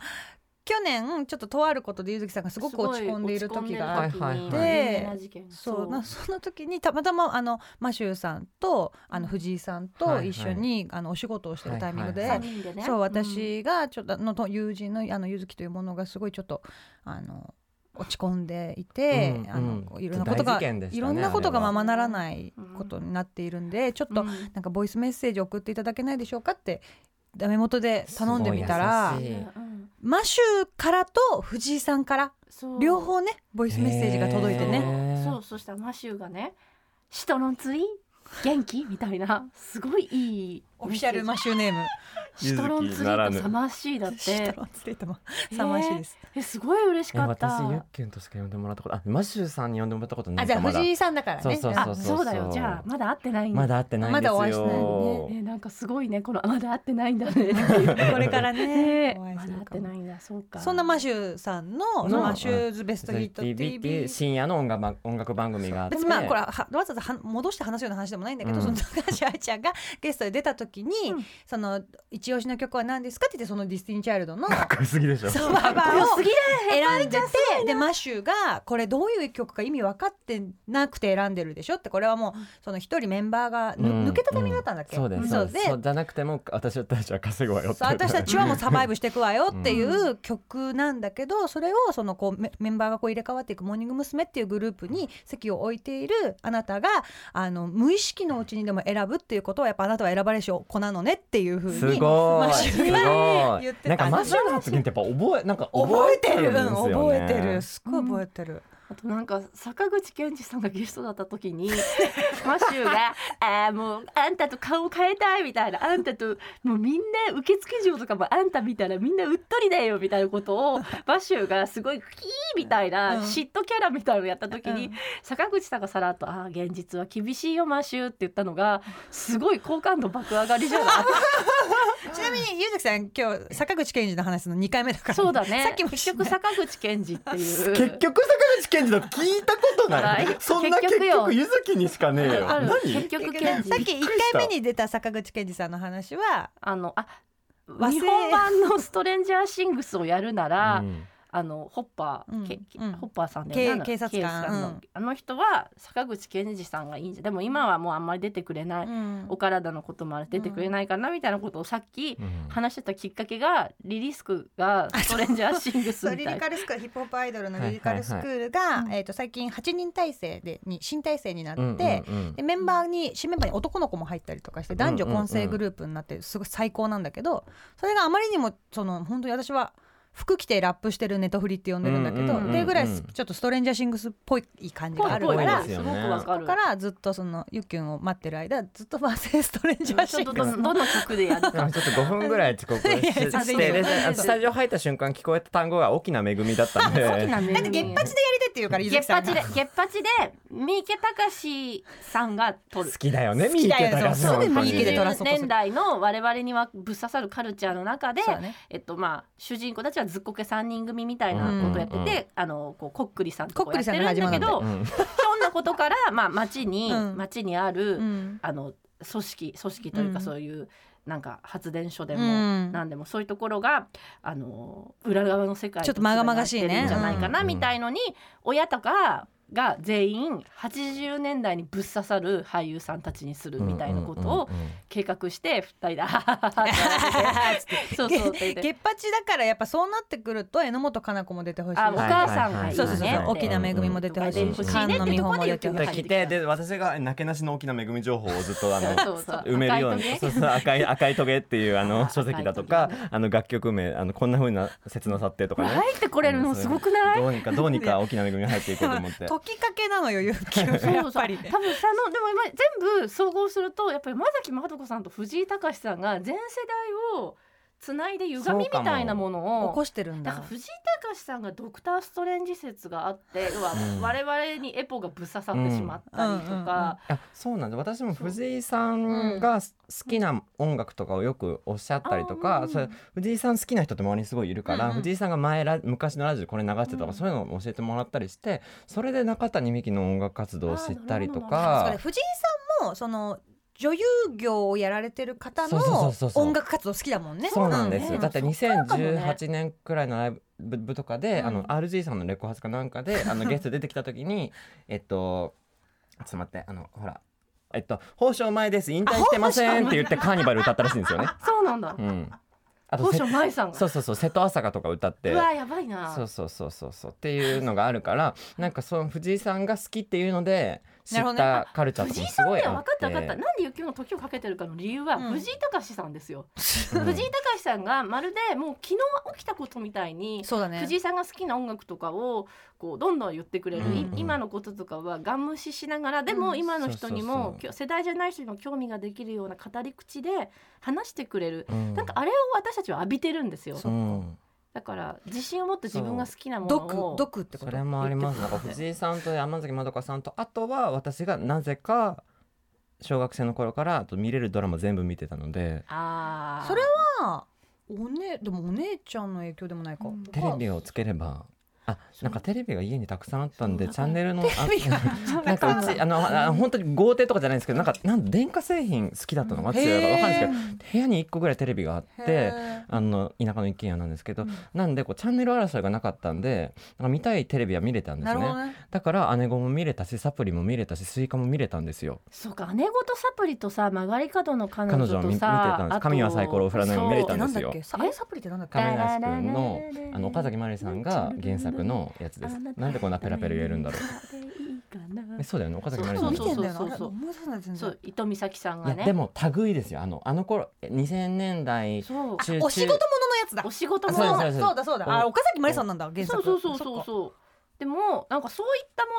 Speaker 2: 去年ちょっととあることでゆずきさんがすごく落ち込んでいる時があ
Speaker 4: っ
Speaker 2: ってて
Speaker 3: すごい落ち込んでる
Speaker 2: はいはいはい
Speaker 3: 時に有名な事件が
Speaker 2: そうなその時にたまたまあのマシューさんとあの藤井さんと一緒に、あのお仕事をしてるタイミングで、
Speaker 4: はいは
Speaker 3: 三
Speaker 4: い
Speaker 3: 人でね
Speaker 2: そう私がちょっとあのと友人のあのゆずきというものがすごいちょっとあの落ち込んでいて、
Speaker 4: うん
Speaker 2: あ
Speaker 4: うん
Speaker 2: のこういろんなことが、
Speaker 4: 大事件でしたね
Speaker 2: いろんなことが
Speaker 4: あれは
Speaker 2: ままならないことになっているんで、ちょっと
Speaker 3: うん
Speaker 2: なんかボイスメッセージ送っていただけないでしょうかってダメ元で頼んでみたら
Speaker 4: すごい優しい
Speaker 3: うん
Speaker 2: マシューからと藤井さんから
Speaker 3: そう
Speaker 2: 両方ねボイスメッセージが届いてね、
Speaker 4: へー
Speaker 3: そうそしたらマシューがね「人の釣り元気?」みたいなすごいいい
Speaker 2: オフィシャルマ
Speaker 3: シ
Speaker 2: シューネーム
Speaker 4: ゆず
Speaker 3: シトロン
Speaker 4: き
Speaker 3: ツリ
Speaker 4: なら
Speaker 3: ー
Speaker 4: ぬ
Speaker 3: とサマーシーだっ
Speaker 2: シト
Speaker 3: て
Speaker 2: ロンツリートもさましいです、
Speaker 3: えすごい嬉し
Speaker 4: え
Speaker 3: かった
Speaker 4: 私ユッケンとしか呼んでもらったことあマシューさんに呼んでもらったことない
Speaker 2: あじゃあ
Speaker 4: かまだ
Speaker 2: 藤井さんだからね
Speaker 4: そうそう
Speaker 3: あそうだよじゃあまだ会ってないんだ
Speaker 4: まだ会ってないんですよ
Speaker 2: まだお会いしてない
Speaker 3: ねえなんかすごいねこのあまだ会ってないん だねっていう
Speaker 2: これから
Speaker 3: ね
Speaker 2: ね、お会い
Speaker 3: ますだ
Speaker 2: る
Speaker 3: 会っ
Speaker 2: か
Speaker 3: て
Speaker 2: も
Speaker 3: ないんだそうか
Speaker 2: そんなマシューさんの
Speaker 4: の
Speaker 2: マシューズベストヒット
Speaker 4: TV っていう
Speaker 2: TV
Speaker 4: 深夜の音楽音楽番組があって
Speaker 2: 別にまあこれははわざわざは戻して話すような話でもないんだけど、
Speaker 4: うん
Speaker 2: その高橋愛ちゃんが ゲストで出た時に「
Speaker 3: うん
Speaker 2: その一押しの曲は何ですか?」って言ってその「ディスティン・チャイルド」の
Speaker 4: かっこよすぎでしょ
Speaker 2: サババ
Speaker 3: よ
Speaker 2: を
Speaker 3: すぎだ
Speaker 2: 選んでてでマシューがこれどういう曲か意味分かってなくて選んでるでしょってこれはもうその一人メンバーがぬ、
Speaker 4: うん
Speaker 2: 抜けたためだったんだっけ、
Speaker 4: そうです
Speaker 2: そ
Speaker 4: そうう
Speaker 2: で
Speaker 4: ですそうじゃなくても私たちは稼ぐわよって
Speaker 2: そう私たちはもうサバイブしていくわよっていうう曲なんだけどそれをそのこうメメンバーがこう入れ替わっていくモーニング娘。っていうグループに席を置いているあなたがあの無意識のうちにでも選ぶっていうことはやっぱあなたは選ばれし子なのねっていうふう
Speaker 4: す
Speaker 2: に
Speaker 4: ごい
Speaker 2: マ
Speaker 4: す
Speaker 2: シ
Speaker 4: ごい
Speaker 2: ュが言ってた
Speaker 4: なんかマシューの発言ってやっぱ覚えなんか覚えてるんです
Speaker 2: うん
Speaker 4: よね
Speaker 2: 覚えてるすごい覚えてる、
Speaker 3: あとなんか坂口健二さんがゲストだった時 にマシューが「あーもうあんたと顔変えたい」みたいな「あんたともうみんな受付嬢とかもあんた見たらみんなうっとりだよ」みたいなことを マシューがすごいキーみたいな、
Speaker 2: うん
Speaker 3: 嫉妬キャラみたいなのやった時に、
Speaker 2: うん
Speaker 3: 坂口さんがさらっと「ああ現実は厳しいよマシュー」って言ったのがすごい好感度爆上がりじゃ ない
Speaker 2: ちなみにゆずきさん今日坂口健二の話の2回目だから
Speaker 3: そうだね
Speaker 2: さっきも
Speaker 3: 結局
Speaker 2: さ
Speaker 3: 坂口健二っていう
Speaker 4: 結局坂口健二の聞いたことない
Speaker 3: はい
Speaker 4: そんな結
Speaker 3: 結局
Speaker 4: 局
Speaker 3: よ
Speaker 4: ゆずきにしかねえよ
Speaker 3: ある
Speaker 4: 何
Speaker 3: 結局健
Speaker 2: さっ
Speaker 3: 二
Speaker 2: き1回目に出た坂口健二さんの話は
Speaker 3: あのあ
Speaker 2: 和製
Speaker 3: 日本版のストレンジャーシングスをやるなら、
Speaker 4: うん
Speaker 3: あのホッパー、
Speaker 2: うん
Speaker 3: けけ
Speaker 2: うん
Speaker 3: ホッパーさんで、
Speaker 2: け
Speaker 3: なんだ
Speaker 2: 警察官
Speaker 3: 警の
Speaker 2: うん
Speaker 3: あの人は坂口健二さんがいいんじゃでも今はもうあんまり出てくれない、
Speaker 2: うん
Speaker 3: お体のこともある出てくれないかなみたいなことをさっき話してたきっかけが、リリスクがストレンジャーシングス
Speaker 2: そう
Speaker 3: み
Speaker 2: リ
Speaker 3: た
Speaker 2: リ
Speaker 3: いな
Speaker 2: カルスクールヒップホップアイドルのリリカルスクールが、
Speaker 3: いはいはい
Speaker 2: えー、と最近8人体制でに新体制になって、
Speaker 4: うんうんうん
Speaker 2: でメンバーに新メンバーに男の子も入ったりとかして男女混成グループになってすごい最高なんだけどそれがあまりにもその本当に私は服着てラップしてるネトフリって呼んでるんだけど、
Speaker 4: うん
Speaker 3: うんうんうん
Speaker 2: っていうぐらいすちょっとストレンジャーシングスっぽい感じがある
Speaker 4: ぽ
Speaker 2: か
Speaker 4: いぽい
Speaker 2: ら
Speaker 4: ですよ。
Speaker 3: すごくわか
Speaker 2: だ
Speaker 3: る。
Speaker 2: からずっとそのゆっきゅんを待ってる間ずっとバーセストレンジャー
Speaker 3: ちょ
Speaker 2: シ
Speaker 3: っ
Speaker 2: ン
Speaker 3: と
Speaker 2: グ
Speaker 3: ど
Speaker 2: ス
Speaker 3: のどの曲でやる
Speaker 4: なん
Speaker 3: か
Speaker 4: かちょっと5分ぐらい遅刻し
Speaker 2: いやいや全然
Speaker 4: してで
Speaker 3: 全然
Speaker 4: あとスタジオ入った瞬間聞こえた単語が大きな恵みだったんで
Speaker 3: 好きなメ
Speaker 2: だっ
Speaker 3: ニ
Speaker 2: て
Speaker 3: ュー
Speaker 2: ゲッパチでやりたいって言うからゆず
Speaker 3: ゲ
Speaker 2: き
Speaker 3: ッ
Speaker 2: さ
Speaker 3: パ
Speaker 2: んが
Speaker 3: チでゲッパチで三池隆さんが撮る
Speaker 4: 好。きだよね
Speaker 2: 好
Speaker 4: 三
Speaker 2: き
Speaker 4: 池
Speaker 2: だよ
Speaker 4: 隆さん
Speaker 2: そうすぐ
Speaker 4: 本当
Speaker 2: 三
Speaker 4: に
Speaker 2: 池で撮ら
Speaker 3: 20
Speaker 2: そうとする
Speaker 3: 年代の我々にはぶっ刺さるカルチャーの中で、
Speaker 2: そうだね
Speaker 3: えっとまあ、主人公たちはずっこけ3人組みたいなことをやってて、
Speaker 4: うんうんうん
Speaker 3: あのこうこっくりさんと
Speaker 2: こっ
Speaker 3: か
Speaker 2: く
Speaker 3: や
Speaker 2: り
Speaker 3: って
Speaker 2: さん
Speaker 3: る
Speaker 2: が
Speaker 3: んだ
Speaker 2: 始
Speaker 3: け
Speaker 2: ま
Speaker 3: ど
Speaker 4: う
Speaker 3: ひ
Speaker 4: ん
Speaker 3: ょんなことから、まあ、町に、
Speaker 2: うん
Speaker 3: 町にある、
Speaker 2: うん
Speaker 3: あの組織組織というか、
Speaker 2: うん
Speaker 3: そういうなんか発電所でも。
Speaker 2: うん
Speaker 3: なんでもそういうところがあの裏側の世界
Speaker 2: ちょっと禍々しいね
Speaker 3: つながってるんじゃないかな、
Speaker 4: うん
Speaker 3: みたいのに親とかが全員80年代にぶっ刺さる俳優さんたちにするみたいなことを
Speaker 4: うんうんうん
Speaker 3: 計画して二人で「あははははって笑っててそうそう」って言って
Speaker 2: ゲッパチだからやっぱそうなってくると榎本かな子も出てほしい
Speaker 3: あお
Speaker 4: はい
Speaker 3: 母さんがいいね
Speaker 2: そうそうそう
Speaker 4: はい
Speaker 2: 大きな恵みも出てほしい
Speaker 4: と
Speaker 2: し
Speaker 4: か
Speaker 2: 菅
Speaker 4: で
Speaker 2: 野美穂も出てほ
Speaker 4: で
Speaker 2: しい
Speaker 3: 入って
Speaker 4: 来
Speaker 3: き
Speaker 4: て
Speaker 3: た
Speaker 4: で私がなけなしの大きな恵み情報をずっとあの
Speaker 3: そうそう
Speaker 4: 埋めるように
Speaker 3: 赤いトゲ
Speaker 4: そうそう赤い赤いトゲっていうあの
Speaker 3: あ
Speaker 4: 書籍だとか
Speaker 3: 赤いト
Speaker 4: あの楽曲名あのこんな風な切なさってとかね
Speaker 3: 入ってこれるのすごくない
Speaker 4: どうにかどうにか大きな恵みが入っていこうと思って
Speaker 2: 時きかけなの よ、ゆうきは
Speaker 3: そう
Speaker 2: や
Speaker 3: そう
Speaker 2: っ
Speaker 3: そう
Speaker 2: ぱりね。
Speaker 3: 多分さあのでも今全部総合するとやっぱり山崎まどこさんと藤井隆さんが全世代をつないで歪みみたいなもの
Speaker 2: 起
Speaker 3: を
Speaker 2: こしてるん
Speaker 3: だから
Speaker 2: だ。
Speaker 3: 藤井隆さんがドクター・ストレンジ説があって要は
Speaker 4: うん
Speaker 3: 我々にエポがぶっ刺さってしまったりとか、
Speaker 4: あそうなんです私も藤井さんがす好きな音楽とかをよくおっしゃったりと
Speaker 3: あ
Speaker 4: か、
Speaker 3: ー
Speaker 4: それ藤井さん好きな人って周りにすごいいるから、
Speaker 2: うんうん
Speaker 4: 藤井さんが前ラ昔のラジオこれ流してたとか、
Speaker 3: うん
Speaker 4: そういうのを教えてもらったりしてそれで中谷美紀の音楽活動を知ったりと
Speaker 2: そうだね
Speaker 4: か。
Speaker 2: 藤井さんもその女優業をやられてる方
Speaker 4: そうそうそう
Speaker 2: の
Speaker 4: そうそう
Speaker 2: 音楽活動好きだもんね。
Speaker 4: そうなんです、
Speaker 3: そうなんだね
Speaker 4: だって
Speaker 3: かもね
Speaker 4: 2018年くらいのライブとかで、
Speaker 3: うん
Speaker 4: あの RG さんのレコ発かなんかで あのゲスト出てきた時にえっとちょっと待ってあのほらえっと「宝生前です引退してません」って言ってカーニバル歌ったらしいんですよね。
Speaker 3: そうなんだ
Speaker 4: うん、あと
Speaker 3: 当
Speaker 4: せ
Speaker 3: 初舞さんが
Speaker 4: そうそうそう瀬戸朝香とか歌って
Speaker 3: うわやばいな
Speaker 4: そうそうそうそうそうっていうのがあるからなんかその藤井さんが好きっていうので知
Speaker 2: なるほ
Speaker 4: っ
Speaker 2: どねあ
Speaker 4: たカルチャーとか
Speaker 3: 藤井
Speaker 4: も
Speaker 3: さ
Speaker 4: す
Speaker 3: ん
Speaker 4: ご
Speaker 3: ね
Speaker 4: い
Speaker 3: 分
Speaker 4: あ
Speaker 3: か
Speaker 4: っ
Speaker 3: った
Speaker 4: て
Speaker 3: 分かったなんで雪の時をかけてるかの理由は
Speaker 2: うん
Speaker 3: 藤井隆さんですよ、
Speaker 4: うん
Speaker 3: 藤井隆さんがまるでもう昨日起きたことみたいに
Speaker 2: そうだね。
Speaker 3: 藤井さんが好きな音楽とかをこうどんどん言ってくれる、い
Speaker 4: うんうん
Speaker 3: 今のこととかはガン無視しながらでも
Speaker 2: うん
Speaker 3: 今の人にも
Speaker 4: そうそうそう、
Speaker 3: きょ世代じゃない人にも興味ができるような語り口で話してくれる、
Speaker 4: うん
Speaker 3: なんかあれを私たちは浴びてるんですよ
Speaker 4: うん
Speaker 3: だから自信を持って自分が好きなもの
Speaker 2: 毒
Speaker 3: を
Speaker 2: 毒ってこ
Speaker 4: そ
Speaker 2: と。
Speaker 4: れもありますなんか藤井さんと山崎まどかさんとあとは私がなぜか小学生の頃からあと見れるドラマ全部見てたので
Speaker 3: あー
Speaker 2: それはおねでもお姉ちゃんの影響でもないか。
Speaker 3: うん
Speaker 4: テレビをつければあなんかテレビが家にたくさんあったんで
Speaker 3: そう
Speaker 4: チャンネルのあ
Speaker 2: テレビが
Speaker 4: なんかうちあのあ本当に豪邸とかじゃないんですけどなんかなん電化製品好きだったの
Speaker 2: へ
Speaker 4: が私だからわかんないです
Speaker 2: え
Speaker 4: けど。部屋に1個ぐらいテレビがあって
Speaker 2: へ
Speaker 4: あの田舎の一軒家なんですけど、
Speaker 3: うん
Speaker 4: なんでこうチャンネル争いがなかったんでなんか見たいテレビは見れた
Speaker 2: ー
Speaker 4: んで
Speaker 2: な
Speaker 4: す
Speaker 2: るほど
Speaker 4: ね
Speaker 2: ね。
Speaker 4: だから姉子も見れたしサプリも見れたしスイカも見れたんですよ
Speaker 3: そうか姉ごとサプリとさ曲がり角の彼女
Speaker 4: 彼女を
Speaker 3: と
Speaker 4: 見見て
Speaker 3: さ
Speaker 4: たんです
Speaker 3: あと
Speaker 4: 神はサイコロを振らないを見れた
Speaker 2: え
Speaker 4: ん
Speaker 2: な
Speaker 4: で
Speaker 2: ん
Speaker 4: す
Speaker 2: だっ
Speaker 4: よ
Speaker 2: け？さあれサプリってなんだっけ？
Speaker 4: 亀梨君のあの岡崎まりさんが原作のやつですなんでこんなペラペラ言えるんだろうえ
Speaker 3: う
Speaker 4: そうだよね岡崎まり
Speaker 2: そ
Speaker 4: さ
Speaker 2: うん見
Speaker 4: の
Speaker 2: てんだよな。
Speaker 3: そ
Speaker 2: あ
Speaker 3: う
Speaker 2: れ
Speaker 3: そうそう
Speaker 2: 思い出せない全
Speaker 3: そ
Speaker 2: 然
Speaker 3: う。伊藤美咲さん
Speaker 4: い
Speaker 3: が
Speaker 4: や
Speaker 3: ね
Speaker 4: でも類いですよあのあの頃え2000年代
Speaker 3: そう
Speaker 4: 中
Speaker 2: お仕事もののやつだ
Speaker 3: お。仕事も
Speaker 4: あそうです
Speaker 2: そうだ
Speaker 4: そうで
Speaker 2: そうだ
Speaker 4: す
Speaker 2: そうだ。あ岡崎まりさんなんだ原
Speaker 3: そ
Speaker 2: 作。
Speaker 3: うそうそうそう
Speaker 2: そっか
Speaker 3: そうでもなんかそういったも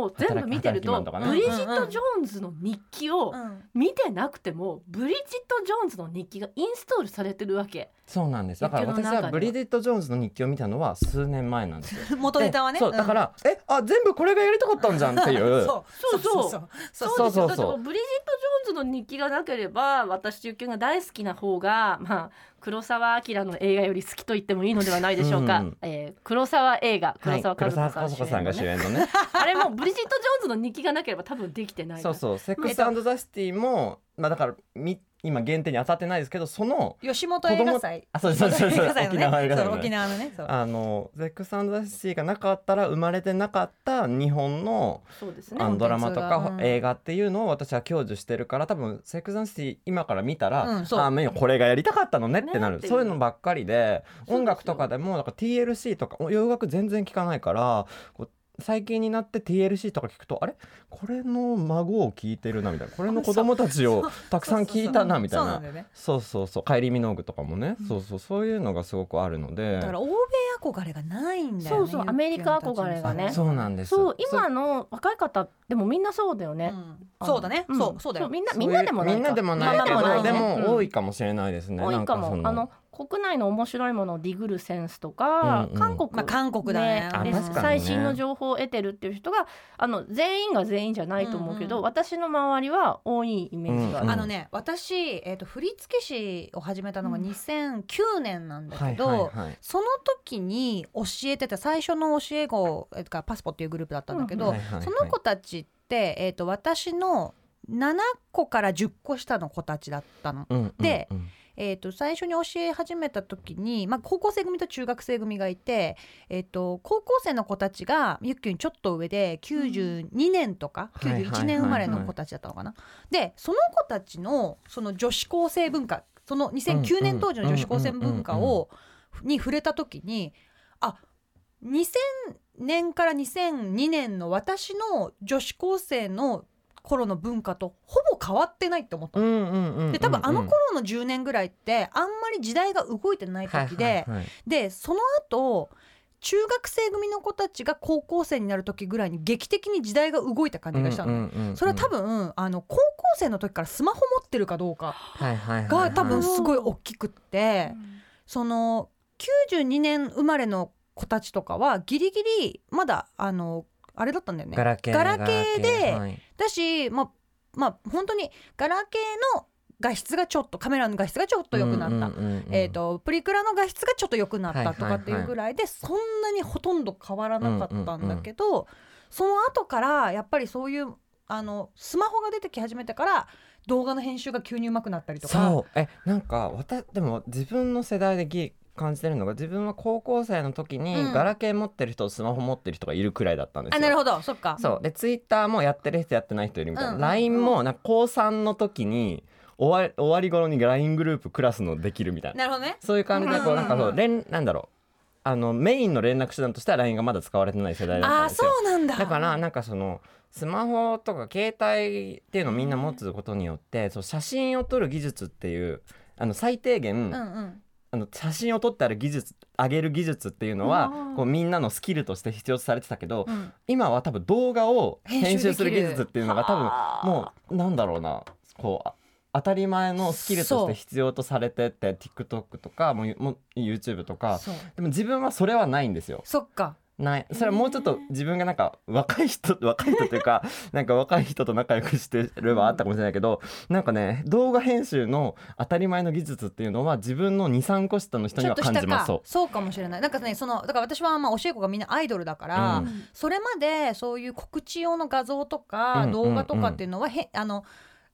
Speaker 3: のを全部見てると
Speaker 4: 働き働きマンとかね
Speaker 3: ブリジット・ジョーンズの日記を
Speaker 2: うん。
Speaker 3: 見てなくてもブリジット・ジョーンズの日記がインストールされてるわけ
Speaker 4: そうなんですだから
Speaker 3: 日記
Speaker 4: 私
Speaker 3: の中で
Speaker 4: はブリジット・ジョーンズの日記を見たのは数年前なんですよ
Speaker 2: 元ネタはね。。
Speaker 4: でそうだからら、えあ全部これがやりたかったんじゃんってい う
Speaker 2: そう
Speaker 3: そうそう
Speaker 2: そうそう
Speaker 3: そうですよ
Speaker 4: そうそうそう
Speaker 3: だってもブリジット・ジョーンズの日記がなければ私とゆきゅんが大好きな方が、まあ、黒澤明の映画より好きと言ってもいいのではないでしょうか、
Speaker 4: うん
Speaker 3: えー黒澤映画
Speaker 4: は
Speaker 3: 黒
Speaker 4: い
Speaker 3: 澤
Speaker 4: 黒
Speaker 3: 和
Speaker 4: 沢
Speaker 3: 子さ
Speaker 4: 和
Speaker 3: ん主
Speaker 4: 子さん
Speaker 3: 演
Speaker 4: が
Speaker 3: の
Speaker 4: 主
Speaker 3: ね
Speaker 4: 演のね
Speaker 3: あれもブリジット・ジョーンズの日記がなければ多分できてないか
Speaker 4: そ
Speaker 3: ら
Speaker 4: うそうセックスザ・シティも、まあ、だからみ今限定に当たってないですけどその
Speaker 2: 吉本映画祭。
Speaker 4: あそうそうそう
Speaker 2: 映
Speaker 4: そう
Speaker 2: 画祭の
Speaker 4: 沖縄
Speaker 2: ね。
Speaker 4: 映画
Speaker 2: そう
Speaker 4: の
Speaker 2: 沖
Speaker 4: ね
Speaker 2: 縄のね。そう
Speaker 4: あのセックスザ・シティがなかったら生まれてなかった日本の
Speaker 3: そうですね
Speaker 4: あのドラマ
Speaker 2: コン
Speaker 4: と
Speaker 2: テ
Speaker 4: か
Speaker 2: ンツがうん
Speaker 4: 映画っていうのを私は享受してるから多分セックス・ザ・シティ今から見たら、
Speaker 2: うんそう
Speaker 4: あもうこれがやりたかったのねってな
Speaker 3: ねっ
Speaker 4: る、
Speaker 3: ていう
Speaker 4: そういうのばっかりで
Speaker 3: そうですよ
Speaker 4: 音楽とかでもなんか TLC とか洋楽全然聴かないからこう最近になって TLC とか聞くとあれこれの孫を聞いてるなみたいなこれの子供たちをたくさん聞いたなみたい
Speaker 2: そうなん
Speaker 4: な
Speaker 2: だよね。
Speaker 4: そうそうそう「帰りミノーグ」とかもね、そうそうそういうのがすごくあるので
Speaker 2: だから欧米憧れがないんだよね。
Speaker 3: そうそうアメリカ憧れがね
Speaker 4: あそうなんです
Speaker 3: そう今の若い方でもみんなそうだよね、
Speaker 2: うんそうだね。
Speaker 3: ん
Speaker 2: そうそうだよ。
Speaker 3: みんなみんなでもないか
Speaker 4: みんなでもないけ
Speaker 2: みんな
Speaker 4: ど
Speaker 2: で
Speaker 4: で
Speaker 2: もないね
Speaker 4: も多い
Speaker 3: か
Speaker 4: かもしれないですね。
Speaker 3: 多いかも
Speaker 4: なんそ
Speaker 3: あの国内の面白いものをディグるセンスとか、
Speaker 4: うんうん
Speaker 3: 韓国
Speaker 2: まあ韓国だね。
Speaker 4: あ
Speaker 3: で
Speaker 4: 確かにね
Speaker 3: 最新の情報を得てるっていう人があの全員が全員じゃないと思うけど、
Speaker 2: うんうん
Speaker 3: 私の周りは多いイメージがある、
Speaker 4: うん
Speaker 2: あのね、私、えっと振付師を始めたのが
Speaker 3: うん
Speaker 2: 2009年なんだ
Speaker 4: は
Speaker 2: け
Speaker 4: い
Speaker 2: ど、
Speaker 4: はいはい
Speaker 2: その時に教えてた最初の教え子えっとかパスポっていうグループだったんだけど、
Speaker 3: うん
Speaker 4: はいはいはい
Speaker 2: その子たちって、えっと私の7個から10個下の子たちだったの。
Speaker 4: うんうんうん
Speaker 2: でえー、と最初に教え始めた時に、まあ、高校生組と中学生組がいて、えー、と高校生の子たちがゆっきゅんちょっと上で92年とか、
Speaker 4: うんはいはいはいは
Speaker 2: 91
Speaker 4: い
Speaker 2: 年生まれの子たちだったのかな。でその子たちのその女子高生文化その2009年当時の女子高生文化をに触れた時にあ2000年から2002年の私の女子高生の頃の文化とほぼ変わってないって思ったの
Speaker 4: うんうんうんうん
Speaker 2: で多分あの頃の10年ぐらいってあんまり時代が動いてない時で、
Speaker 4: はいはいはい
Speaker 2: でその後中学生組の子たちが高校生になる時ぐらいに劇的に時代が動いた感じがしたの、それは多
Speaker 4: 分
Speaker 2: 分、あの高校生の時からスマホ持ってるかどうかが多分すごい大きくって、その92年生まれの子たちとかはギリギリまだあのあれだったんだよね。
Speaker 4: ガラケー
Speaker 2: ガラケーで
Speaker 4: はい
Speaker 2: だしまあまあ本当にガラケーの画質がちょっとカメラの画質がちょっと良くなった、
Speaker 4: うんうんうんうん
Speaker 2: えー、とプリクラの画質がちょっと良くなったと
Speaker 4: はい
Speaker 2: か
Speaker 4: はいはい
Speaker 2: っていうぐらいで、そんなにほとんど変わらなかったんだけど、その後からやっぱりそういうあのスマホが出てき始めてから動画の編集が急に上手くなったりとか。
Speaker 4: そうえなんか私でも自分の世代でぎ感じてるのが自分は高校生の時に
Speaker 2: うん
Speaker 4: ガラケー持ってる人とスマホ持ってる人がいるくらいだったんですよ。
Speaker 2: あなるほどそっか
Speaker 4: そうでツイッターもやってる人やってない人いるみたいな、
Speaker 2: うん
Speaker 4: LINE もなんか高3の時に終わり終わり頃に LINE グループクラスのできるみたい
Speaker 2: な
Speaker 4: な
Speaker 2: るほどね
Speaker 4: そういう感じでこ
Speaker 2: う
Speaker 4: うんなんかそう連なんだろうあのメインの連絡手段としては LINE がまだ使われてない世代だった
Speaker 2: あ
Speaker 4: ん
Speaker 2: あ
Speaker 4: です
Speaker 2: そ
Speaker 4: よ。
Speaker 2: うなんだ
Speaker 4: だからなんかそのスマホとか携帯っていうのをみんな持つことによってそう写真を撮る技術っていうあの最低限、
Speaker 2: うんうん
Speaker 4: あの写真を撮ってある技術上げる技術っていうのは
Speaker 3: うん
Speaker 4: こうみんなのスキルとして必要とされてたけど、
Speaker 2: うん
Speaker 4: 今は多分動画を編
Speaker 2: 編集
Speaker 4: 集
Speaker 2: ですき
Speaker 4: る
Speaker 2: る
Speaker 4: 技術っていうのが多分
Speaker 3: はあ
Speaker 4: もうなんだろうなこうあ当たり前のスキルとし
Speaker 2: そう
Speaker 4: て必要とされてって TikTok とかもうもう YouTube とか
Speaker 2: そう
Speaker 4: でも自分はそれはないんですよ。
Speaker 2: そっか
Speaker 4: ないそれはもうちょっと自分がなんか若い人 若い人という かなんか若い人と仲良くしてればあったかもしれないけどなんかね動画編集の当たり前の技術っていうのは自分の23個下の人
Speaker 2: ち
Speaker 4: に
Speaker 2: ょっ
Speaker 4: は
Speaker 2: とし
Speaker 4: 感
Speaker 2: た
Speaker 4: じま
Speaker 2: か
Speaker 4: すそう
Speaker 2: そうかもしれないなんかねそのだから私はまあ教え子がみんなアイドルだから、
Speaker 4: う
Speaker 2: それまでそういう告知用の画像とか
Speaker 4: うん
Speaker 2: 動画とかっていうのはへ、あの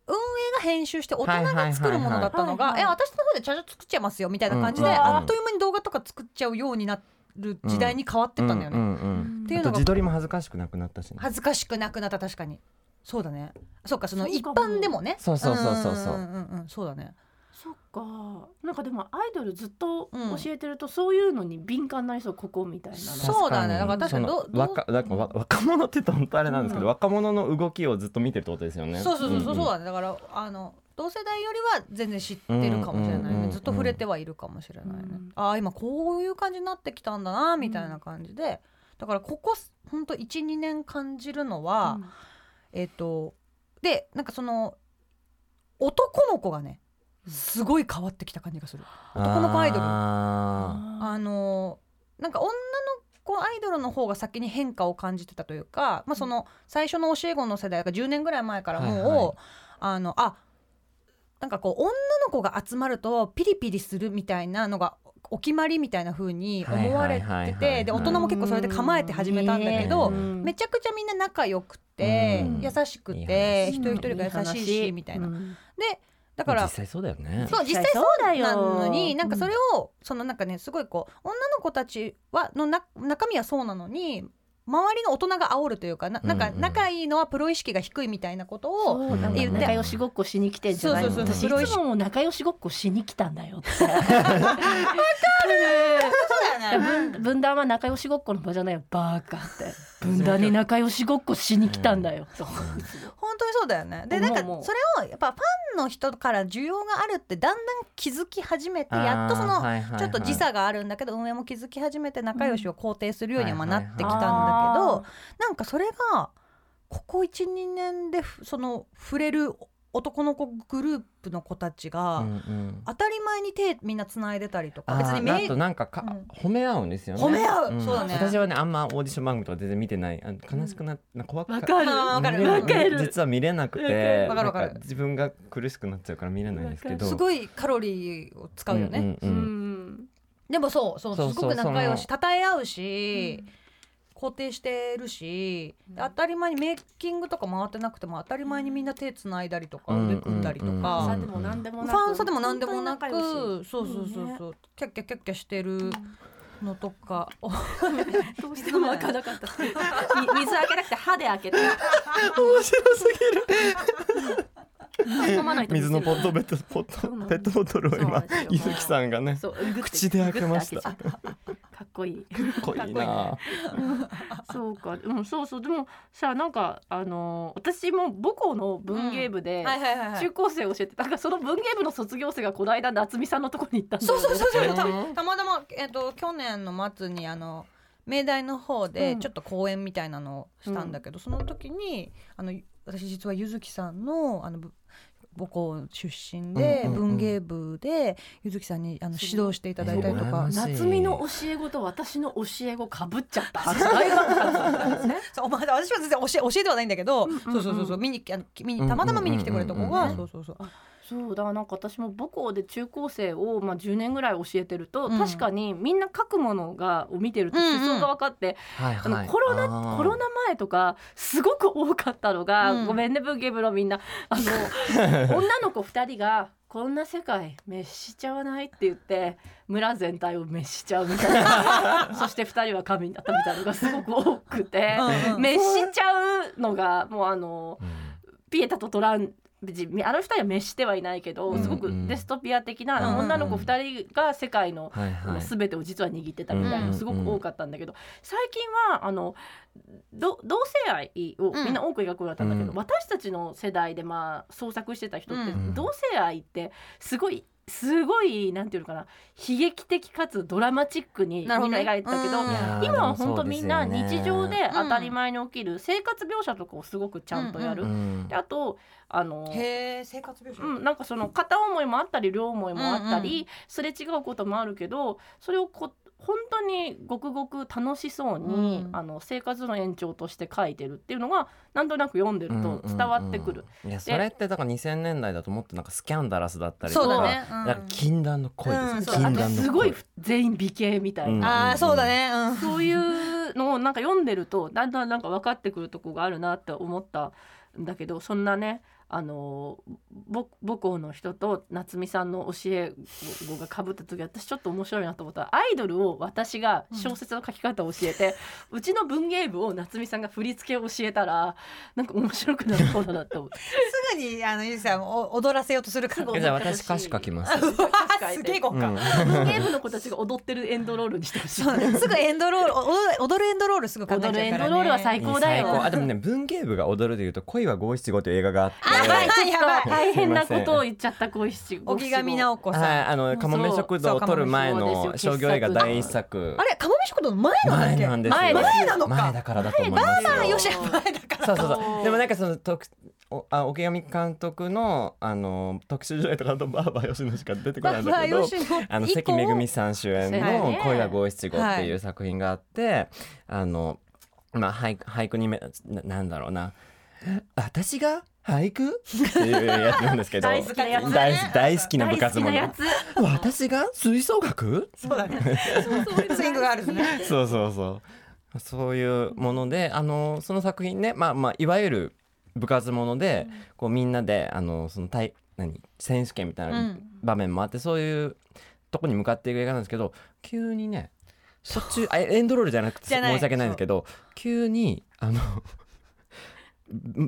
Speaker 2: 運営が編集して大人が作るものだったのが、
Speaker 3: はいはいはいはい
Speaker 2: え私の方でちゃちゃ作っちゃいますよみたいな感じで、
Speaker 4: うん
Speaker 3: うんうん
Speaker 2: あっという間に動画とか作っちゃうようになる時代に変わってったんだよね。
Speaker 4: うんうんうん
Speaker 2: ってい
Speaker 4: あ
Speaker 2: う
Speaker 4: と
Speaker 2: のが
Speaker 4: 自撮りも恥ずかしくなくなったしね、
Speaker 2: 恥ずかしくなくなった確かにそうだねそうかその
Speaker 3: そう
Speaker 2: 一
Speaker 3: かも
Speaker 2: 般でもね
Speaker 4: そうそうそうそうそうん
Speaker 2: んんんそうだね
Speaker 3: そっかなんかでもアイドルずっと
Speaker 2: うん
Speaker 3: 教えてるとそういうのに敏感になりそうここみたいなの
Speaker 2: そうだねだから確かにどど
Speaker 4: そ
Speaker 2: う
Speaker 4: の若なんかわ若者って言うと本当あれなんですけ
Speaker 3: う
Speaker 4: ど、
Speaker 3: ん
Speaker 4: 若者の動きをずっと見てるってことですよね
Speaker 2: そうそうそうそうそう
Speaker 4: う
Speaker 2: だねだからあの同世代よりは全然知ってるかもしれない
Speaker 4: うんうんうんう
Speaker 2: ね
Speaker 4: ん
Speaker 2: ずっと触れてはいるかもしれないね
Speaker 3: うん
Speaker 2: ああ今こういう感じになってきたんだなみたいな感じでだからここほんと12年感じるのは、えっ、とでなんかその男の子がねすごい変わってきた感じがする。
Speaker 4: ん
Speaker 2: 男の子アイドル
Speaker 4: あ
Speaker 2: あのなんか女の子アイドルの方が先に変化を感じてたというか、まあ、その最初の教え子の世代が10年ぐらい前からもう、
Speaker 4: はいはい
Speaker 2: あのあなんかこう女の子が集まるとピリピリするみたいなのがお決まりみたいな風に思われ
Speaker 4: はいはいはい
Speaker 2: て
Speaker 4: はいは
Speaker 2: て
Speaker 4: い
Speaker 2: で大人も結構それで構えて始めたんだけど
Speaker 4: うん
Speaker 2: めちゃくちゃみんな仲良くて
Speaker 4: うん
Speaker 2: 優しく
Speaker 4: いい
Speaker 2: て
Speaker 4: 話
Speaker 2: 一人一人が優しいしみたいな。でだ
Speaker 4: だ
Speaker 2: から
Speaker 4: 実際そうだよね
Speaker 2: そう実際そう
Speaker 3: だ
Speaker 2: なのになんかそれをそのなんかねすごいこう女の子たちはのな中身はそうなのに周りの大人が煽るというかななんか
Speaker 4: うんうん
Speaker 2: 仲いいのはプロ意識が低いみたいなことを、
Speaker 3: そうなんか
Speaker 2: 言って
Speaker 3: 仲良しごっこしに来てんじゃないの
Speaker 4: そうそう
Speaker 3: 私
Speaker 4: そ
Speaker 3: いうつも仲良しごっこしに来たんだよって
Speaker 2: そうだよね
Speaker 3: 分分断は仲良しごっこの場じゃないよバーカって分断に仲良しごっこしに来たんだよと
Speaker 2: 本当にそうだよねで
Speaker 3: 思
Speaker 2: な
Speaker 3: うん
Speaker 2: か
Speaker 3: 思う
Speaker 2: それをやっぱファンの人から需要があるってだんだん気づき始めてやっとそのちょっと時差があるんだけど運営も気づき始めて仲良しを肯定するようにはまあなってきたんだけど、なんかそれがここ12年でふその触れる男の子グループの子たちが、当たり前に手みんなつないでたりとか別
Speaker 4: 別
Speaker 2: に
Speaker 4: に
Speaker 2: め
Speaker 4: あとなんかか、
Speaker 2: うん
Speaker 4: 褒め合うんですよね
Speaker 2: 褒め合う、
Speaker 4: ん
Speaker 2: そうだね
Speaker 4: 私はねあんまオーディション番組とか全然見てないあの悲しくなな怖く
Speaker 3: わかる
Speaker 2: あーわかる
Speaker 4: 見れ
Speaker 3: わかる
Speaker 4: 実は見れなくて
Speaker 2: わかるわかる
Speaker 4: なん自分が苦しくなっちゃうから見れないんですけど
Speaker 2: す
Speaker 4: い
Speaker 2: ごいカロリーを使うよね、
Speaker 4: うん
Speaker 3: う
Speaker 4: うんうん
Speaker 3: ん
Speaker 2: でもそうそう
Speaker 4: そうそう
Speaker 2: すごく仲良し
Speaker 4: そ
Speaker 2: 称え合うし、肯定してるし、で当たり前にメイキングとか回ってなくても当たり前にみんな手つないだりとか
Speaker 4: うん
Speaker 2: 腕組んだりとか、
Speaker 4: うんうん
Speaker 3: フ
Speaker 4: うん
Speaker 3: ァンでも何でも
Speaker 2: フ
Speaker 3: なく
Speaker 2: ァンサでも何でもな
Speaker 3: 本当に仲良し
Speaker 2: くそうそうそうそう、キャッキャキャッキャしてるのとか、お
Speaker 3: どうしても開かなかった。 み水開けなくて歯で開けて。
Speaker 4: 面白す
Speaker 3: 飲まないと
Speaker 4: 水のポッ
Speaker 3: ト。
Speaker 4: トベッドポッ
Speaker 3: そうな
Speaker 4: ト
Speaker 3: ん
Speaker 4: ペ
Speaker 3: です
Speaker 4: ットボトルを今
Speaker 3: そうなんです
Speaker 4: ゆ
Speaker 3: よ
Speaker 4: ずきさんがね
Speaker 3: そうグッて
Speaker 4: 口で開けました
Speaker 3: グッて開けちゃったかっこいい。
Speaker 4: 濃いな
Speaker 3: そうか、うん、そうそう、でも、さ、なんか、あのー私も母校の文芸部で。
Speaker 2: はいはいはいはい
Speaker 3: 中高生を教えて、なんかその文芸部の卒業生がこの間夏美さんのところに行ったんだよ
Speaker 2: そう
Speaker 3: ね
Speaker 2: そうそうそう
Speaker 4: う
Speaker 2: た
Speaker 4: ん
Speaker 2: たまたま、えっと去年の末にあの明大の方で
Speaker 3: うん
Speaker 2: ちょっと講演みたいなのをしたんだけど、その時にあの私実はゆずきさんのあのぶ母校出身で、
Speaker 4: うんうんうん
Speaker 2: 文芸部でゆずきさんにあの
Speaker 3: すごい
Speaker 2: 指導していただいたりとか、
Speaker 4: え
Speaker 3: 夏美の教え子と私の教え子かぶっち ゃった。大爆発ですね。
Speaker 2: そうお前私は全然教え教えではないんだけど、
Speaker 3: んうんうん
Speaker 2: そうそうそうそう見にあの見にたまたま見に来てくれた子
Speaker 4: うんうんうん
Speaker 2: が
Speaker 4: うん
Speaker 2: そうそうそう
Speaker 3: そうだからなんか私も母校で中高生をまあ10年ぐらい教えてると、
Speaker 2: うん
Speaker 3: 確かにみんな書くものがを見てると思想が分かって、
Speaker 4: はい
Speaker 3: あの
Speaker 4: はい
Speaker 3: コロナ
Speaker 4: あー
Speaker 3: コロナ前とかすごく多かったのが、
Speaker 2: うん
Speaker 3: ごめんね文芸部のみんなあ の女の子2人が「こんな世界滅しちゃわない」って言って村全体を滅しちゃうみたいな そして2人は神になったみたいなのがすごく多くて
Speaker 2: うんうん
Speaker 3: 滅しちゃうのがもうあのピエタとトラン別にあの2人は滅してはいないけど
Speaker 4: うん
Speaker 3: すごくデストピア的な、
Speaker 2: うん
Speaker 3: 女の子2人が世界の
Speaker 4: はいはい
Speaker 3: 全てを実は握ってたみたいな
Speaker 2: うん
Speaker 3: のすごく多かったんだけど、最近はあのど同性愛をみんな多く描くようになったんだけど、
Speaker 4: うん
Speaker 3: 私たちの世代でまあ創作してた人って、
Speaker 2: うん
Speaker 3: 同性愛ってすごいすごいなんていうのかな悲劇的かつドラマチックにみんな
Speaker 2: なるほどね
Speaker 3: 描いてたけど。
Speaker 2: うん
Speaker 4: いや
Speaker 3: 今は
Speaker 4: ーでも
Speaker 3: 本
Speaker 4: そ
Speaker 3: 当
Speaker 4: うで
Speaker 3: み
Speaker 4: す
Speaker 3: ん
Speaker 4: よ
Speaker 3: な
Speaker 4: ね
Speaker 3: 日常で
Speaker 2: ん
Speaker 3: 当たり前に起きる生活描写とかをすごくちゃんとやる、
Speaker 4: うん
Speaker 3: であとあの
Speaker 2: へえ生活描写、
Speaker 3: うん、なんかその片思いもあったり両思いもあったり、
Speaker 2: うんう
Speaker 3: すれ違うこともあるけどそれをこ本当にごくごく楽しそうに、
Speaker 2: うん
Speaker 3: あの生活の延長として書いてるっていうのがなんとなく読んでると伝わってくる。、
Speaker 4: うんうんうんいやそれってだから2000年代だともっとなんかスキャンダラスだったりとか
Speaker 2: そうだねうん
Speaker 4: なんか禁断の恋ですよ、
Speaker 2: うんそう
Speaker 3: あと
Speaker 4: 禁断の恋
Speaker 3: すごい全員美形みたい
Speaker 2: あ
Speaker 3: な、
Speaker 2: あそうだねうん
Speaker 3: そういうのをなんか読んでるとだんだんなんか分かってくるとこがあるなって思ったんだけどそんなねあのぼ母校の人と夏美さんの教え子がかぶった時私ちょっと面白いなと思ったらアイドルを私が小説の書き方を教え て、うちの文芸部を夏美さんが振り付けを教えたらなんか面白くなりそうだなって思って
Speaker 2: すぐにあのゆずさんを踊らせようとするから
Speaker 3: すぐ
Speaker 4: えじゃあ私歌詞書きます、
Speaker 2: うわーすげえ豪華、
Speaker 4: うん
Speaker 3: 文芸部の子たちが踊ってるエンドロールにしてほしい。
Speaker 2: そうすぐエンドロールおお踊るエンドロールすぐ考えちゃうから、ね、
Speaker 3: 踊るエンドロールは最高だよ
Speaker 4: あでもね文芸部が踊るでいうと恋は五七五という映画があって
Speaker 2: やばいやばい
Speaker 3: 大変なことを言っちゃった五七五
Speaker 2: 沖上直子さん、
Speaker 4: はいあのかもめ食堂を撮る前の商業映画第一作
Speaker 2: あれかもめ食堂の前なんだっ
Speaker 4: 前
Speaker 2: け
Speaker 4: なんですよ
Speaker 3: 前です
Speaker 2: 前なのか
Speaker 4: 前だからだと思いますよ
Speaker 2: あ
Speaker 3: 前だ
Speaker 2: よし前だから
Speaker 4: そうそうそうでもなんかその特おあ沖上監督のあの特殊上映とかだとバーバー吉野しか出てこないんだけどあの関めぐみさん主演
Speaker 3: はい
Speaker 4: の「恋は五七五」っていう作品があって、あのまあ俳句俳句にめななんだろうな私が俳句っていうやつなんですけ ど
Speaker 3: 大好きなやつね
Speaker 4: 大好き大好きな部活も
Speaker 3: 大好きなや
Speaker 4: 私が吹奏楽
Speaker 2: そうだねスイングガールズね
Speaker 4: そうそうそうそういうものであのその作品ね、まあまあ、いわゆる部活もので、こうみんなであのその大何選手権みたいな場面もあって、そういうとこに向かっていく映画なんですけど急にね途 中あエンドロールじゃなくて
Speaker 2: じゃない
Speaker 4: 申し訳ないんですけど急にあの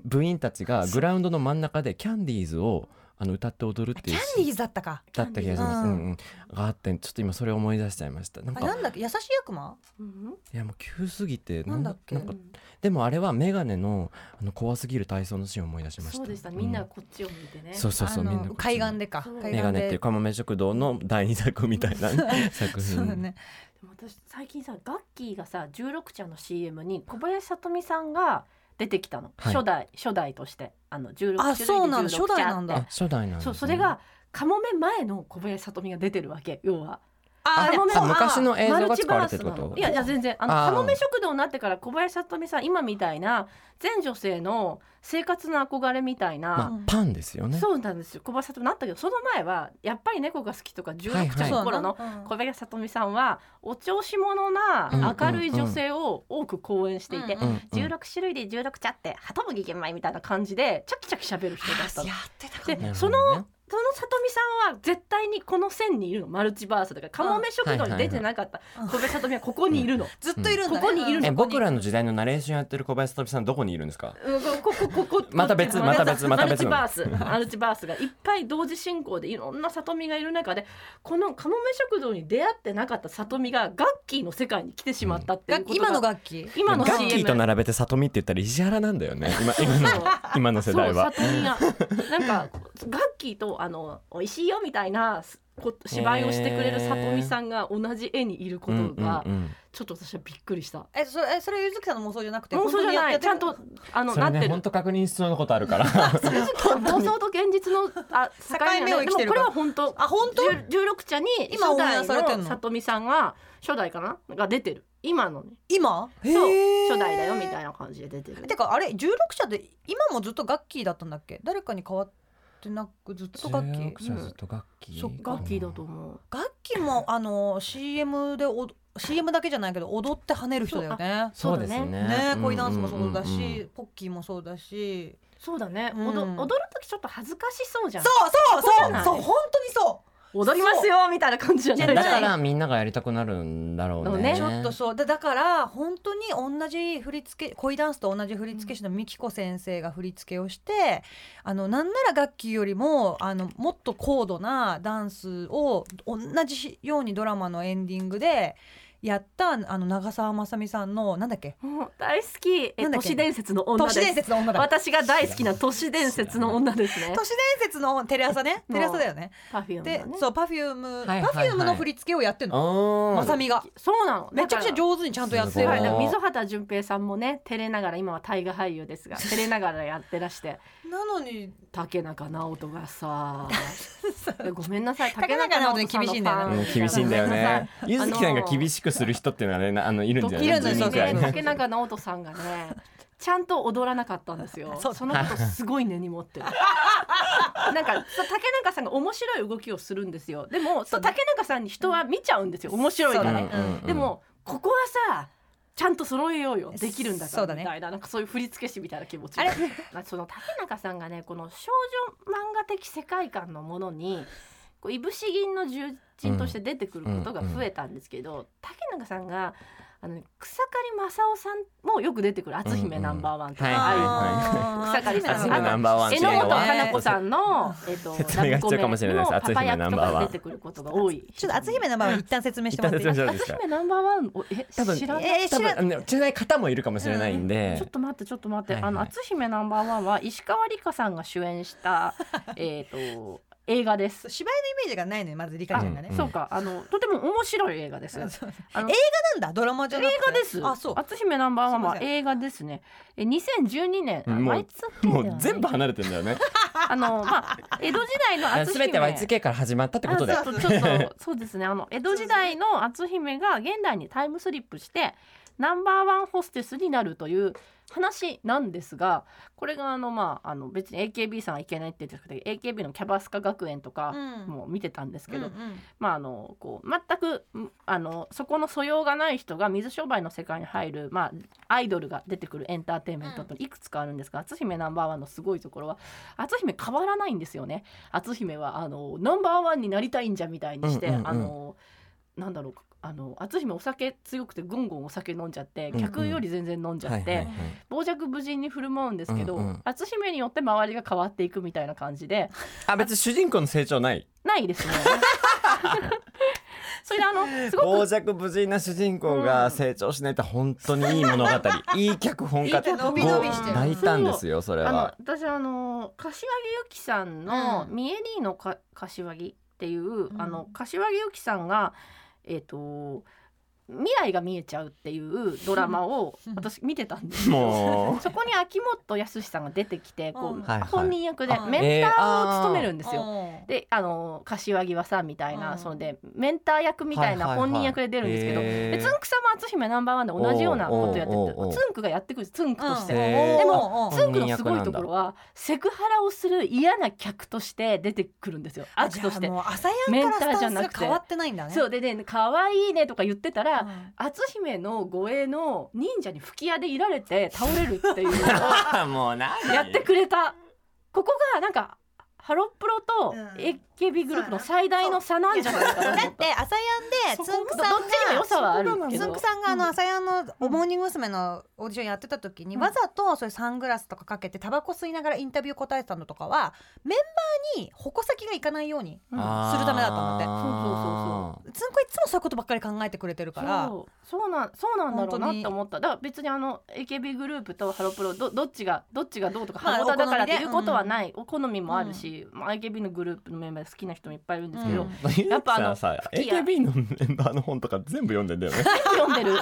Speaker 4: 部員たちがグラウンドの真ん中でキャンディーズをあの歌って踊るって
Speaker 2: キ
Speaker 4: いう
Speaker 2: ャンディーズだったか
Speaker 4: だった気がします、
Speaker 2: う
Speaker 4: うんんうん、があってちょっと今それを思い出しちゃいましたなん
Speaker 2: あ
Speaker 4: か
Speaker 2: なんだっけ優しい悪魔
Speaker 3: うん
Speaker 4: いやもう急すぎて
Speaker 2: なんだっけ
Speaker 4: なんかでもあれはメガネのあの怖すぎる体操のシーンを思い出しました
Speaker 3: そうでした
Speaker 4: う
Speaker 3: みんなこっちを向いてね、
Speaker 4: そうそうそ
Speaker 2: あ
Speaker 4: う
Speaker 2: の
Speaker 4: みんなこっち
Speaker 2: 海岸でか
Speaker 3: そう
Speaker 2: 海
Speaker 4: メ
Speaker 2: 岸
Speaker 4: ガネってい
Speaker 2: で
Speaker 4: うかもめ食堂の第二作みたいな作品
Speaker 2: そうだね
Speaker 3: でも私最近さガッキーがさ16茶の CM に小林さとみさんが出てきたの、
Speaker 4: はい
Speaker 3: 初代初代としてあの16種類
Speaker 2: あそうなんだ
Speaker 3: 16
Speaker 2: 初
Speaker 3: 茶って
Speaker 2: 代なんだ
Speaker 4: あ初代なんです、
Speaker 3: そ
Speaker 4: ね、
Speaker 3: うそれがカモメ前の小林さとみが出てるわけ要は
Speaker 2: あ
Speaker 3: カモメ
Speaker 4: あ
Speaker 3: は
Speaker 4: 昔の映像が使われてるってこと
Speaker 3: マルチバースなのいやいや全然あの
Speaker 4: あー
Speaker 3: カモメ食堂になってから小林さとみさん今みたいな全女性の生活の憧れみたいな、
Speaker 4: まあ、
Speaker 2: うん
Speaker 4: パンですよね
Speaker 3: そうなんですよ小林さとみなったけどその前はやっぱり猫が好きとか
Speaker 4: はい
Speaker 3: 16
Speaker 4: はい
Speaker 3: 歳の頃の
Speaker 2: うん
Speaker 3: 小林さとみさんはお調子者な明るい女性を多く講演していて
Speaker 2: うん
Speaker 4: うんうん
Speaker 3: 16種類で16茶ってハトムギ玄米みたいな感じでチャキチャキ喋る人だった
Speaker 2: あ
Speaker 3: の
Speaker 2: や。ってたか
Speaker 3: で
Speaker 2: も
Speaker 4: なる
Speaker 3: そ
Speaker 4: ほ
Speaker 3: の
Speaker 4: どね
Speaker 3: そのさとみさんは絶対にこの線にいるのマルチバースだからカモメ食堂に出てなかった
Speaker 2: うん
Speaker 3: 小林さとみはここにいるの。
Speaker 2: ずっといるんだね
Speaker 3: ここにいるの
Speaker 4: え
Speaker 3: ここに
Speaker 4: 僕らの時代のナレーションやってる小林とびさんどこにいるんですか
Speaker 3: うんこここここ
Speaker 4: また別また別また別
Speaker 3: マルチバースマルチバースがいっぱい同時進行でいろんな里見がいる中でこのカモメ食堂に出会ってなかった里見がガッキーの世界に来てしまったってい
Speaker 2: が
Speaker 3: うことが、
Speaker 2: 今の楽器
Speaker 3: 今の
Speaker 4: ガッキーと
Speaker 3: CM
Speaker 4: 並べて里見って言ったら石原なんだよね今今の今の世
Speaker 3: そ
Speaker 4: 代
Speaker 3: う
Speaker 4: は
Speaker 3: 里見がなんかガッキーとあの美味しいよみたいなすこ芝居をしてくれるさとみさんが同じ絵にいるこ
Speaker 4: うん
Speaker 3: とが
Speaker 4: うんうん
Speaker 3: ちょっと私はびっくりした。
Speaker 2: えそれえそれゆずきさんの妄想じゃなくて
Speaker 3: 妄想じゃないちゃん
Speaker 2: 本
Speaker 3: とあの
Speaker 4: そ
Speaker 3: な
Speaker 4: れ
Speaker 3: って
Speaker 4: ね
Speaker 3: る
Speaker 4: 本当確認しそうなことあるから
Speaker 3: 妄想と現実のあ境目
Speaker 2: 境目を
Speaker 3: を
Speaker 2: 生きて
Speaker 3: で
Speaker 2: る
Speaker 3: もこれは本
Speaker 2: 当
Speaker 3: 当
Speaker 2: にやってるあ本当
Speaker 3: 十十六茶に
Speaker 2: 今
Speaker 3: 初代
Speaker 2: オンエアされてん
Speaker 3: の
Speaker 2: の
Speaker 3: さとみさんが初代かなが出てる今のね
Speaker 2: 今
Speaker 3: そう
Speaker 2: へー
Speaker 3: 初代だよみたいな感じで出てる
Speaker 2: てかあれ16社で今もずっとガッキーだったんだっけ誰かに変わってなくずっとガッキー
Speaker 3: 16社ずっ
Speaker 4: と楽器
Speaker 2: そっか
Speaker 3: ガッキーだと思う
Speaker 2: ガッキーもあの CM でお CM だけじゃないけど踊って跳ねる人だよね
Speaker 4: そうですね
Speaker 2: ね恋ダンスもそうだし、
Speaker 4: んんうん
Speaker 2: ポッキーもそうだし
Speaker 3: そうだね、
Speaker 2: うん
Speaker 3: おど踊る時ちょっと恥ずかしそうじゃん
Speaker 2: そうそう
Speaker 3: そう
Speaker 2: そ
Speaker 3: な
Speaker 2: う
Speaker 3: の
Speaker 2: そう本当にそ
Speaker 3: 踊りますよみたいな感じじゃ
Speaker 2: じゃ
Speaker 3: な
Speaker 2: ない
Speaker 4: だからみんながやりたくなるんだろうね
Speaker 2: うちょっとそうでだから本当に同じ振り付け恋ダンスと同じ振り付け師の美希子先生が振り付けをしてあのなんならガッキーよりもあのもっと高度なダンスを同じようにドラマのエンディングでやったあの長澤まさみさんのなんだっけ
Speaker 3: もう大好きえ
Speaker 2: なんだっ
Speaker 3: 都
Speaker 2: け
Speaker 3: 市伝説の
Speaker 2: 都
Speaker 3: 女で
Speaker 2: 市
Speaker 3: す
Speaker 2: 伝説の女だ
Speaker 3: 私が大好きな都市伝説の女ですね
Speaker 2: 都市伝説のテレ朝ね
Speaker 3: も
Speaker 2: テ
Speaker 3: う
Speaker 2: レ朝だよね
Speaker 3: パフューム
Speaker 2: で
Speaker 3: のね
Speaker 2: そうパフューム
Speaker 4: いはいはい
Speaker 2: パフュームの振り付けをやってるの
Speaker 4: うん
Speaker 2: まさみが
Speaker 3: そうなの
Speaker 2: めちゃくちゃ
Speaker 3: 手
Speaker 2: 上手にちゃんとやって
Speaker 4: す
Speaker 2: る
Speaker 4: ごい
Speaker 2: な
Speaker 3: 溝端淳平さんもね照れながら今は大河俳優です が照れながらやってらして
Speaker 2: のに
Speaker 3: 竹中直人がさ
Speaker 2: そう
Speaker 3: ごめんなさい
Speaker 2: 竹中直人に厳しいんだよね
Speaker 4: うん厳しいんだよねゆずきさんが厳
Speaker 3: し
Speaker 4: しくする人っていうのはねなあのいるんじゃない
Speaker 2: いるんだよ
Speaker 4: 10人くらい
Speaker 2: そうそう
Speaker 4: ね
Speaker 3: 竹中直人さんがねちゃんと踊らなかったんですよ
Speaker 2: そ
Speaker 3: そうのことすごい根に 持ってるなんかそう竹中さんが面白い動きをするんですよでもそう竹中さんに人は見ちゃうんですよ面白いか
Speaker 2: そ
Speaker 3: ら、
Speaker 2: うだね
Speaker 4: うんうんうん
Speaker 3: でもここはさちゃんと揃えようよできるんだか
Speaker 2: そう
Speaker 3: ら
Speaker 2: だね
Speaker 3: みたいな,、なんかそういう振り付け師みたいな気持ち
Speaker 2: あれ
Speaker 3: まあその竹中さんがねこの少女漫画的世界観のものにこういぶし銀の重鎮として出てくることが増えたんですけど、竹中さんがあのね草刈正雄さんもよく出てくる篤姫ナンバーワンとか、
Speaker 4: うんうん
Speaker 3: ああいう
Speaker 2: あー
Speaker 3: 草刈さん
Speaker 4: あすぐナンバーワン
Speaker 3: 榎本
Speaker 2: ね
Speaker 3: 花子さんの、えっと、
Speaker 4: 説明が必要かもしれないです
Speaker 3: ラブコメのパパ役と
Speaker 4: 篤姫ナンバー
Speaker 3: か
Speaker 4: ワン
Speaker 3: 出てくることが多い。
Speaker 2: ちょっと厚姫の場合は一旦説明して
Speaker 4: 一
Speaker 2: も
Speaker 4: 旦
Speaker 2: らって
Speaker 4: 説
Speaker 2: いい
Speaker 4: 明します
Speaker 3: 篤姫ナンバーワンをえ
Speaker 4: 多分
Speaker 3: 知らない。
Speaker 2: えー
Speaker 4: 多
Speaker 2: 知ら
Speaker 4: 分あの知らない方もいるかもしれないんで
Speaker 3: ちょっと待ってちょっと待って、
Speaker 4: はいはい
Speaker 3: あの篤姫ナンバーワンは石川梨花さんが主演した えっと映画です。
Speaker 2: 芝居のイメージがないのよまずリカちゃんがね、
Speaker 4: うん
Speaker 3: そうかあのとても面白い映画です。映
Speaker 2: そう
Speaker 3: あの
Speaker 2: 映画なんだドラマじゃ
Speaker 3: 画
Speaker 2: なくて
Speaker 3: です。
Speaker 2: あそう
Speaker 3: 篤姫ナンバーワン
Speaker 2: す
Speaker 3: は
Speaker 2: いませ
Speaker 3: 映画ですね。え2012年あ
Speaker 4: もう
Speaker 3: Y2K
Speaker 4: も
Speaker 3: ではな
Speaker 4: う
Speaker 3: い
Speaker 4: 全部離れてんだよね
Speaker 3: あのまあ江戸時 代の
Speaker 4: あ
Speaker 3: 篤姫
Speaker 4: 全て Y2K から始まったってことで
Speaker 3: あそうそうちょっとそうですねあの江戸時代の篤姫が現代にタイムスリップしてナンバーワンホステスになるという話なんですがこれがあのまああの別に AKB さんはいけないって言ってたけど AKB のキャバスカ学園とか
Speaker 2: うん
Speaker 3: も見てたんですけ
Speaker 2: うん
Speaker 3: ど、
Speaker 2: うん
Speaker 3: まああのこう全くんあのそこの素養がない人が水商売の世界に入る、まあ、アイドルが出てくるエンターテインメントっていくつかあるんですが篤、姫ナンバーワンのすごいところは篤姫変わらないんですよね篤姫はあのナンバーワンになりたいんじゃみたいにして、
Speaker 4: うんうんうん
Speaker 3: あのなんだろうあの篤姫お酒強くてぐんぐんお酒飲んじゃって
Speaker 4: うんうん
Speaker 3: 客より全然飲んじゃって、
Speaker 4: はいはいはい
Speaker 3: 傍若無人に振る舞うんですけど
Speaker 4: うんうん
Speaker 3: 篤、姫によって周りが変わっていくみたいな感じで
Speaker 4: あ別に主人公の成長ない
Speaker 3: ない ですね。それであのすごく
Speaker 4: 傍若無人な主人公が成長しないと本当にいい物語いい脚本家
Speaker 2: いい伸び伸びしてる
Speaker 4: 大胆ですよそれ
Speaker 3: あの
Speaker 4: は
Speaker 3: 私あの柏木由紀さんの
Speaker 2: う
Speaker 3: 「
Speaker 2: ん
Speaker 3: ミエリーのか柏木」っていう、
Speaker 2: ん
Speaker 3: あの柏木由紀さんがえっ、と未来が見えちゃうっていうドラマを
Speaker 2: うん
Speaker 3: 私見てたんですよ。
Speaker 4: も
Speaker 3: そこに秋元康さんが出てきてこ
Speaker 2: うん
Speaker 3: う
Speaker 4: はいはい
Speaker 3: 本人役で
Speaker 2: あ
Speaker 3: メンターを務めるんですよ。
Speaker 2: うん
Speaker 3: であの柏木はさみたいな、
Speaker 2: うん
Speaker 3: そのでメンター役みたいな
Speaker 4: はいはいはい
Speaker 3: 本人役で出るんですけど、
Speaker 4: へー
Speaker 3: でツンクさんも篤姫ナンバーワンで同じようなことやって
Speaker 4: おうおうおうおう
Speaker 3: てツンクがやってくるんですツンクとして。
Speaker 4: うんへー
Speaker 2: でも
Speaker 3: ツンクのすごいところはセクハラをする嫌な客として出てくるんですよ悪とし
Speaker 2: じゃあ
Speaker 3: て。
Speaker 2: もう朝やんからスタンス
Speaker 3: メンターじゃな
Speaker 2: が
Speaker 3: くて
Speaker 2: 変わってないんだね
Speaker 3: そううでね可愛いねとか言ってたら
Speaker 2: ん
Speaker 3: 篤姫の護衛の忍者に吹き矢でいられて倒れるっていうの
Speaker 4: う もうな
Speaker 3: をやってくれたここがなんかハロプロと
Speaker 2: うん
Speaker 3: AKB グループの最大の差なんじゃないかなと
Speaker 2: だ
Speaker 3: 思
Speaker 2: っ
Speaker 3: った
Speaker 2: て朝やんで
Speaker 3: そ
Speaker 2: ツ
Speaker 3: こ
Speaker 2: ンクさんが
Speaker 3: どっちにも良さはあるけど
Speaker 2: つんくさんがあの
Speaker 3: うん
Speaker 2: 朝やんのモーニング娘。のオーディションやってた時に
Speaker 3: うん
Speaker 2: わざとそういうサングラスとかかけてタバコ吸いながらインタビュー答えてたのとかはメンバーに矛先がいかないように
Speaker 3: うん
Speaker 2: するためだったんだってつんく
Speaker 4: あ
Speaker 2: はいつもそういうことばっかり考えてくれてるから
Speaker 3: そうそうなんそうなんだろう
Speaker 2: 本
Speaker 3: な
Speaker 2: 当
Speaker 3: っ
Speaker 2: に
Speaker 3: て思っただから別にあの AKB グループとハロプロどどっちがどっちがどうとか
Speaker 2: まあ
Speaker 3: ハロタだからって
Speaker 2: お好みで
Speaker 3: いうことはない、お好みもあるし、し、まあ、AKB のグループのメンバーで好きな人もいっぱいいるんですけ
Speaker 2: う
Speaker 3: ど、
Speaker 2: ん
Speaker 3: やっぱあの
Speaker 4: さ
Speaker 3: 吹き矢
Speaker 4: AKB のメンバーの本とか全部読んでんだよね
Speaker 3: 読ん でる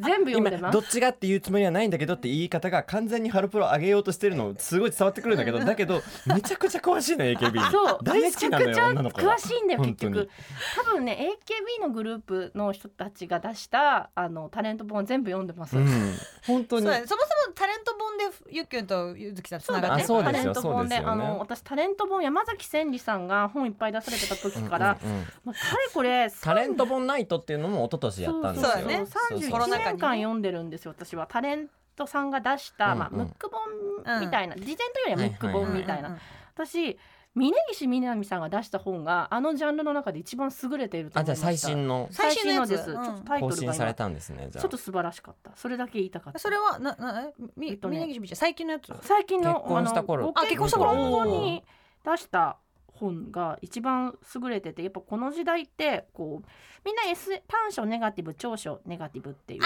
Speaker 3: 全部読んで
Speaker 4: 今
Speaker 3: ます
Speaker 4: どっちがって言うつもりはないんだけどって言い方が完全にハロプロ上げようとしてるのすごい伝わってくるんだけどだけどめちゃくちゃ詳しいね AKB に
Speaker 3: そう
Speaker 4: 大好きなんだ
Speaker 3: め
Speaker 4: よ
Speaker 3: ちゃ
Speaker 4: 女の
Speaker 3: く
Speaker 4: 子
Speaker 3: ちゃ
Speaker 4: が
Speaker 3: 詳しいんだよ結
Speaker 4: 本当に
Speaker 3: 局多分ね AKB のグループの人たちが出したあのタレント本は全部読んでます、
Speaker 4: うん本
Speaker 2: そ
Speaker 4: 当
Speaker 2: う
Speaker 4: に
Speaker 2: だねそもそもタレント本でゆっきゅんとゆずきさんつ
Speaker 3: そう
Speaker 2: なが
Speaker 3: だ
Speaker 2: っ
Speaker 3: ね
Speaker 2: て
Speaker 4: あそう
Speaker 3: タ
Speaker 4: で
Speaker 3: レ
Speaker 4: す
Speaker 3: ン
Speaker 4: よ
Speaker 3: ト本で
Speaker 4: そうですよね
Speaker 3: あの私タレント本山崎千里さんが本いっぱい出されてた時から、
Speaker 4: うんうんうん
Speaker 3: まあ、かれこれ
Speaker 4: タレント本ナイトっていうのも一昨年やったんですよ
Speaker 2: そうそうだね
Speaker 4: そうそう
Speaker 2: コロ
Speaker 3: 31
Speaker 2: ナ禍に
Speaker 3: 年間読んでるんですよ私はタレントさんが出した、まあ、
Speaker 4: うんうん
Speaker 3: ムック本みたいな、事前というよりはムック本みたいな、
Speaker 2: うんうんうん
Speaker 3: 私峯岸みなみさんが出した本があのジャンルの中で一番優れていると
Speaker 4: あ
Speaker 3: 思い
Speaker 4: じゃ
Speaker 3: ま
Speaker 4: あ
Speaker 3: した
Speaker 4: 最新の
Speaker 2: 最新のやつ
Speaker 3: です、
Speaker 2: うん
Speaker 3: ちょっとタイト
Speaker 4: 更
Speaker 3: ル
Speaker 4: 新
Speaker 3: が
Speaker 4: され
Speaker 3: 今ち
Speaker 4: たんですねじゃ
Speaker 3: ょっと素晴らしかったそれだけ言いたかった
Speaker 2: それはななえみ
Speaker 3: えっとね
Speaker 2: 峯岸みちゃん最近のやつ
Speaker 3: 最近の
Speaker 4: 結婚した頃
Speaker 3: あの
Speaker 2: あ結婚した頃
Speaker 3: ご結婚に出した本が一番優れててやっぱこの時代ってこうみんな S 短所ネガティブ長所ネガティブっていう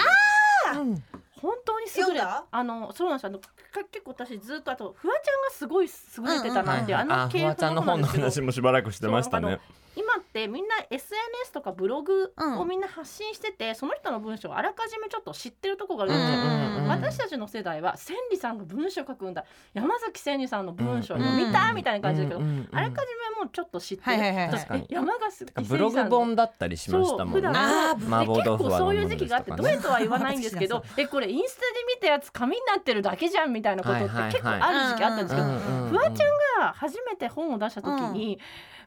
Speaker 4: あ、うん
Speaker 3: 本当に優
Speaker 2: 読ん
Speaker 3: れ
Speaker 2: だ
Speaker 3: あのそうなんですよあのか結構私ずっとあとフワちゃんがすごい優れてたなっていう、
Speaker 4: は
Speaker 3: あ
Speaker 4: いはい
Speaker 3: の
Speaker 4: あ
Speaker 3: 系
Speaker 4: フワちゃんの本
Speaker 3: な
Speaker 4: の
Speaker 3: んです
Speaker 4: 話
Speaker 3: けど
Speaker 4: もしばらくしてました
Speaker 3: そうあ
Speaker 4: ね
Speaker 3: の今ってみんな SNS とかブログ
Speaker 2: うん
Speaker 3: をみんな発信してて、その人の文章をあらかじめちょっと知ってるとこがあるん
Speaker 2: う
Speaker 3: ですよ、
Speaker 2: ん
Speaker 3: 私たちの世代は千里さんが文章書くんだ山崎千里さんの文章
Speaker 4: うん
Speaker 3: 読みたいみたいな感じだけど、
Speaker 4: うんうんうん
Speaker 3: あらかじめもうちょっと知ってる、
Speaker 2: はいはいはいはい
Speaker 3: 私
Speaker 4: 確かに
Speaker 3: 山崎千里さん
Speaker 4: ブログ本だったりしましたもんね
Speaker 3: そう普段
Speaker 4: あー麻
Speaker 3: で
Speaker 4: 婆
Speaker 3: 結
Speaker 4: 豆腐
Speaker 3: 構
Speaker 4: は
Speaker 3: そうい
Speaker 4: 飲
Speaker 3: う
Speaker 4: む
Speaker 3: 時
Speaker 4: で
Speaker 3: 期
Speaker 4: す
Speaker 3: があっ
Speaker 4: と
Speaker 3: て
Speaker 4: か
Speaker 3: どれ
Speaker 4: ね
Speaker 3: とは言わないんですけどえこれインスタで見たやつ紙になってるだけじゃんみたいなことって
Speaker 4: はいはいはい
Speaker 3: 結構ある時期あったんですけど、
Speaker 2: うん
Speaker 3: フワちゃんが初めて本を出した時に、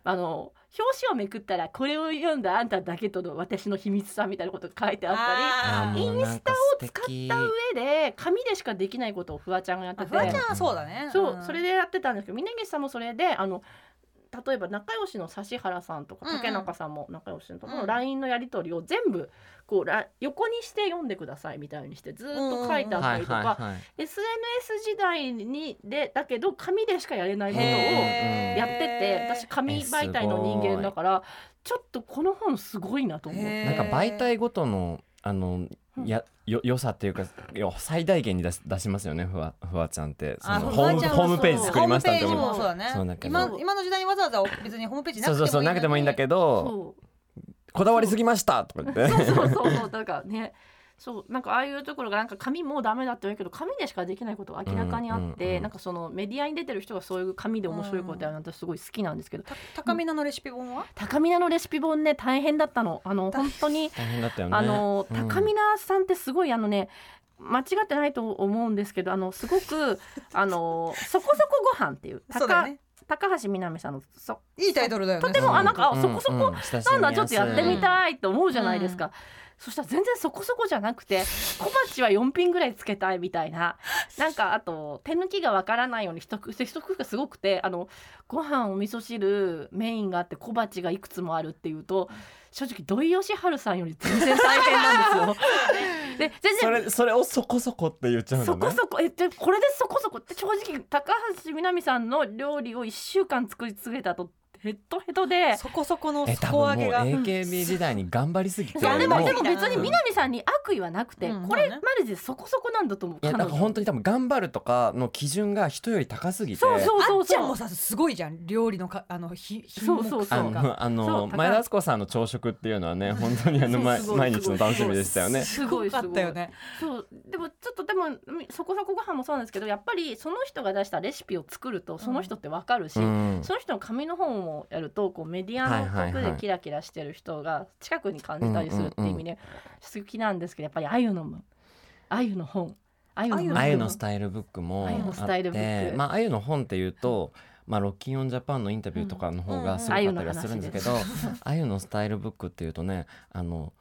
Speaker 3: あの表紙をめくったらこれを読んだあんただけとの私の秘密さみたいなことが書いてあった
Speaker 2: あー
Speaker 4: あー
Speaker 3: りイ
Speaker 4: もう
Speaker 3: ン
Speaker 4: な
Speaker 3: ス
Speaker 4: ん
Speaker 3: タ
Speaker 4: か
Speaker 3: を
Speaker 4: 素
Speaker 3: 使っ
Speaker 4: 敵
Speaker 3: た上で紙でしかできないことをフワちゃんがやって
Speaker 2: あ
Speaker 3: て
Speaker 2: フワちゃんはそうだね
Speaker 3: そう、それ
Speaker 2: で
Speaker 3: でやってたんですけど峯岸さんもそれであの例えば仲良しの指原さんとか
Speaker 2: うんうん
Speaker 3: 竹中さんも仲良しのとこ
Speaker 2: う
Speaker 3: の
Speaker 2: ん
Speaker 3: LINE のやり取りを全部こうら横にして読んでくださいみたいにしてずーっと書いてあった
Speaker 4: はい
Speaker 3: りと
Speaker 4: はい
Speaker 3: か
Speaker 4: はい
Speaker 3: SNS 時代にでだけど紙でしかやれないことをや
Speaker 4: へー
Speaker 3: ってて私紙媒体の人間だからちょっとこの本すごいなと思って。
Speaker 4: なんか媒体ごとのあの
Speaker 3: うん
Speaker 4: やよ良さっていうかよ最大限に出し出しますよねふわふわちゃんってその
Speaker 2: あ
Speaker 4: ホ
Speaker 2: フワ
Speaker 4: ーム
Speaker 2: ちゃんは
Speaker 4: ホームページ
Speaker 2: そう
Speaker 4: 作りましたんで
Speaker 2: ホームページも
Speaker 4: も
Speaker 2: そうだね
Speaker 4: そうなんか
Speaker 2: 今
Speaker 3: そう
Speaker 2: 今の時代にわざわざ別にホームページなく
Speaker 4: そう
Speaker 2: てもいい
Speaker 4: そうそうなくてもいいんだけど
Speaker 3: そう
Speaker 4: こだわりすぎましたとか言って
Speaker 3: そうそうそうそうだからねそうなんかああいうところがなんか紙もうダメだって言うけど紙でしかできないことが明らかにあって、
Speaker 4: うんうんうん
Speaker 3: なんかそのメディアに出てる人がそういう紙で面白いことやるの私すごい好きなんですけど、
Speaker 2: た高見菜のレシピ本は
Speaker 3: 高見菜のレシピ本ね大変だったのあの本当に、
Speaker 4: 大変だったよね
Speaker 3: あの
Speaker 4: うん
Speaker 3: 高見菜さんってすごいあのね間違ってないと思うんですけどあのすごくあのそこそこご飯って いう
Speaker 2: そうだよ
Speaker 3: 高
Speaker 2: ね
Speaker 3: 高橋みなみさんのそ
Speaker 2: いいタイトルだよね
Speaker 3: とてもあなんかあそこそこ
Speaker 4: ん親し
Speaker 3: な
Speaker 4: み
Speaker 3: んだちょっとやってみたいと思うじゃないですか、
Speaker 2: う
Speaker 3: そしたら全然そこそこじゃなくて小鉢は4品ぐらいつけたいみたいななんかあと手抜きがわからないように一工夫一工夫がすごくてあのご飯お味噌汁メインがあって小鉢がいくつもあるっていうと正直土井善晴さんより全 然大変なんですよ。で全
Speaker 4: そ
Speaker 3: 然
Speaker 4: れそれをそこそこって言っちゃうのね
Speaker 3: そこそこえでこれでそこそこって正直高橋みなみさんの料理を1週間作り続けた後ヘッドヘッドで
Speaker 2: そこそこの
Speaker 4: え多分
Speaker 2: 底
Speaker 4: もう
Speaker 2: 上げが
Speaker 4: AKB 時代に頑張りすぎて
Speaker 3: いやで
Speaker 2: も
Speaker 3: も
Speaker 2: う
Speaker 3: でも別に南さんに悪意はなくて、
Speaker 2: うん
Speaker 3: これ
Speaker 2: まあね
Speaker 3: マルでそこそこなんだと思う
Speaker 4: いやだ
Speaker 3: 彼
Speaker 4: から
Speaker 3: 女
Speaker 4: 本当に多分頑張るとかの基準が人より高すぎて
Speaker 3: そうそう
Speaker 2: あ
Speaker 3: そ
Speaker 2: っ
Speaker 3: う
Speaker 2: ちゃん
Speaker 3: そ
Speaker 2: も
Speaker 3: う
Speaker 2: さすごいじゃん料理のかあのひひ
Speaker 3: そうそうそう
Speaker 4: あ
Speaker 3: そう
Speaker 4: のあ
Speaker 3: そ
Speaker 4: の
Speaker 3: う高い
Speaker 4: 前田敦子さんの朝食っていうのはね本当にあの
Speaker 3: そう
Speaker 4: 毎
Speaker 3: すごい
Speaker 4: 毎日の楽しみでしたよね。
Speaker 3: すごい
Speaker 2: か
Speaker 3: す
Speaker 2: った
Speaker 3: ごい
Speaker 2: よね
Speaker 3: そうでもちょっとでもそこそこご飯もそうなんですけどやっぱりその人が出したレシピを作るとその人ってわかるし、
Speaker 4: うん
Speaker 3: その人の紙の本をやるとこうメディアの
Speaker 4: はい
Speaker 3: 奥
Speaker 4: はいは
Speaker 3: で
Speaker 4: い
Speaker 3: キラキラしてる人が近くに感じたりするっていう意味で好きなんですけどやっぱりあゆのもあゆの本あゆの
Speaker 2: うん
Speaker 4: あゆの
Speaker 3: 本
Speaker 4: スタイルブックも
Speaker 3: あゆのスタイルブック
Speaker 4: あってまああゆの本っていうと。まあ、ロッキンオンジャパンのインタビューとかの方
Speaker 2: う
Speaker 4: が
Speaker 2: ん
Speaker 4: すごかったりはするんですけど「あゆのスタイルブック」っていうとねあの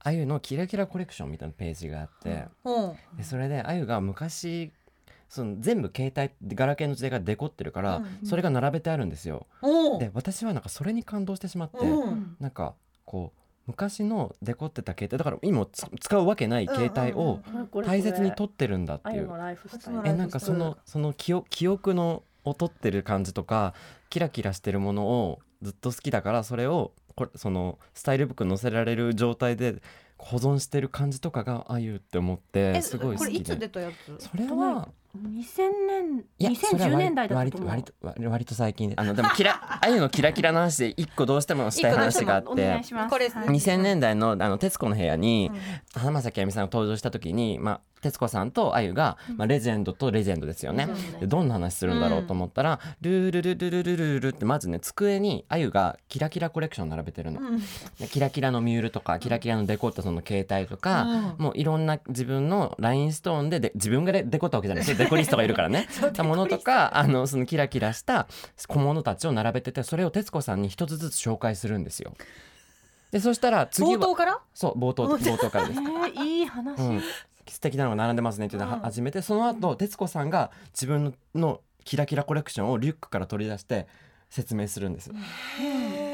Speaker 4: あゆのキラキラコレクションみたいなページがあって、
Speaker 2: うん
Speaker 4: でそれであゆが昔その全部携帯ガラケーの時代がデコってるから、
Speaker 2: うん
Speaker 4: それが並べてあるんですよ。
Speaker 2: お
Speaker 4: で私はなんかそれに感動してしまって、
Speaker 2: う
Speaker 3: うんん
Speaker 4: なんかこう昔のデコってた携帯だから今つ使うわけない携帯を
Speaker 3: これこれ
Speaker 4: 大切に取ってるんだって
Speaker 3: あ
Speaker 4: い
Speaker 3: ゆ
Speaker 4: う
Speaker 3: の。ライフスタイ
Speaker 2: あゆの
Speaker 3: ル
Speaker 2: ライ
Speaker 4: え
Speaker 2: フ
Speaker 4: なんかそのその記憶記憶のを取ってる感じとかキラキラしてるものをずっと好きだからそれをこれそのスタイルブックに載せられる状態で保存してる感じとかがあゆって思ってすごい
Speaker 2: こ
Speaker 4: 好
Speaker 2: れ
Speaker 4: き
Speaker 2: いつ
Speaker 4: で
Speaker 2: 出たやつ
Speaker 4: それは
Speaker 3: 2000
Speaker 4: いや
Speaker 3: 年
Speaker 4: それ
Speaker 3: 2010
Speaker 4: は割
Speaker 3: 年代だったと思う
Speaker 4: 割と割と割と最近であのでもキラ あゆのキラキラの話で一個どうしてもしたい
Speaker 2: 一個どうして
Speaker 4: 話
Speaker 2: も
Speaker 4: があっ
Speaker 3: お願
Speaker 4: て
Speaker 3: いします
Speaker 2: これですね
Speaker 3: はい
Speaker 4: 2000年代の「あの徹子の部屋」に
Speaker 2: うん
Speaker 4: 浜崎あゆみさんが登場した時に、まあ、徹子さんとあゆが、まあ、レジェンドとレジェンドですよね
Speaker 3: そうですね
Speaker 4: でどんな話するんだろうと思ったら「ルールルルルルルルル」ってまずね机にあゆがキラキラコレクション並べてるの。
Speaker 2: うん
Speaker 4: でキラキラのミュールとかキラキラのデコったその携帯とか、
Speaker 2: うん
Speaker 4: もういろんな自分のラインストーンでで自分がデデコったわけじ ゃないですデコリストがいるからね
Speaker 2: そうデコリスト
Speaker 4: ものとかあのそのキラキラした小物たちを並べててそれを徹子さんに一つずつ紹介するんですよ。でそしたら次
Speaker 2: 冒頭
Speaker 4: は
Speaker 2: から
Speaker 4: そう冒頭冒頭からです。
Speaker 3: えーいい話、
Speaker 4: うん、素敵なのが並んでますねっていうの
Speaker 2: う
Speaker 4: を
Speaker 2: ん
Speaker 4: 始めて、その後徹子さんが自分のキラキラコレクションをリュックから取り出して説明するんです。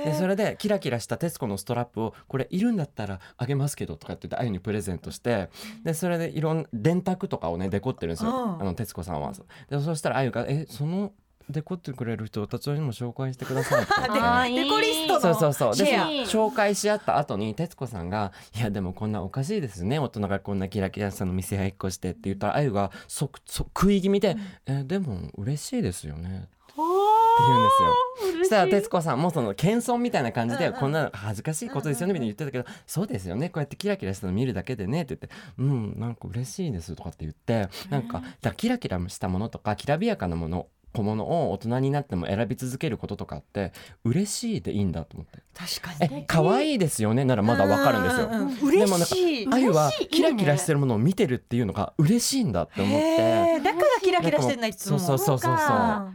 Speaker 4: でそれでキラキラした徹子のストラップをこれいるんだったらあげますけどとかって言ってあゆにプレゼントしてでそれでいろんな電卓とかをねデコってるんですよ、
Speaker 2: うん
Speaker 4: あの徹子さんは。でそしたらあゆが「えそのデコってくれる人たちにも紹介してください」って言って
Speaker 2: で
Speaker 3: あーいい
Speaker 2: デコリストの
Speaker 4: そうそうそうで
Speaker 2: シェ
Speaker 4: その
Speaker 2: ア
Speaker 4: 紹介し合った後に徹子さんが「いやでもこんなおかしいですね大人がこんなキラキラしたの店合いっこして」って言ったらあゆがそそ食い気味で「えでも嬉しいですよね」って言うんですよ。そしたら徹子さんもその謙遜みたいな感じで「こんなの恥ずかしいことですよね」みたいに言ってたけど「そうですよねこうやってキラキラしたの見るだけでね」って言って「うんなんか嬉しいです」とかって言ってなんかだからキラキラしたものとかきらびやかなもの小物を大人になっても選び続けることとかって嬉しいでいいんだと思って。
Speaker 2: 確か
Speaker 4: え可愛いですよねならまだわかるんです
Speaker 2: う。
Speaker 4: よ
Speaker 2: う
Speaker 4: でも
Speaker 2: 嬉
Speaker 4: なんか
Speaker 2: しい
Speaker 4: あゆは
Speaker 3: 嬉しい
Speaker 4: キラキラしてるものを見てるっていうのが嬉しいんだって思って。
Speaker 2: へーだからキラキラしてんないつ
Speaker 4: そ
Speaker 2: も
Speaker 4: うそうそうそ
Speaker 3: そ
Speaker 4: う
Speaker 3: う
Speaker 4: そ
Speaker 3: か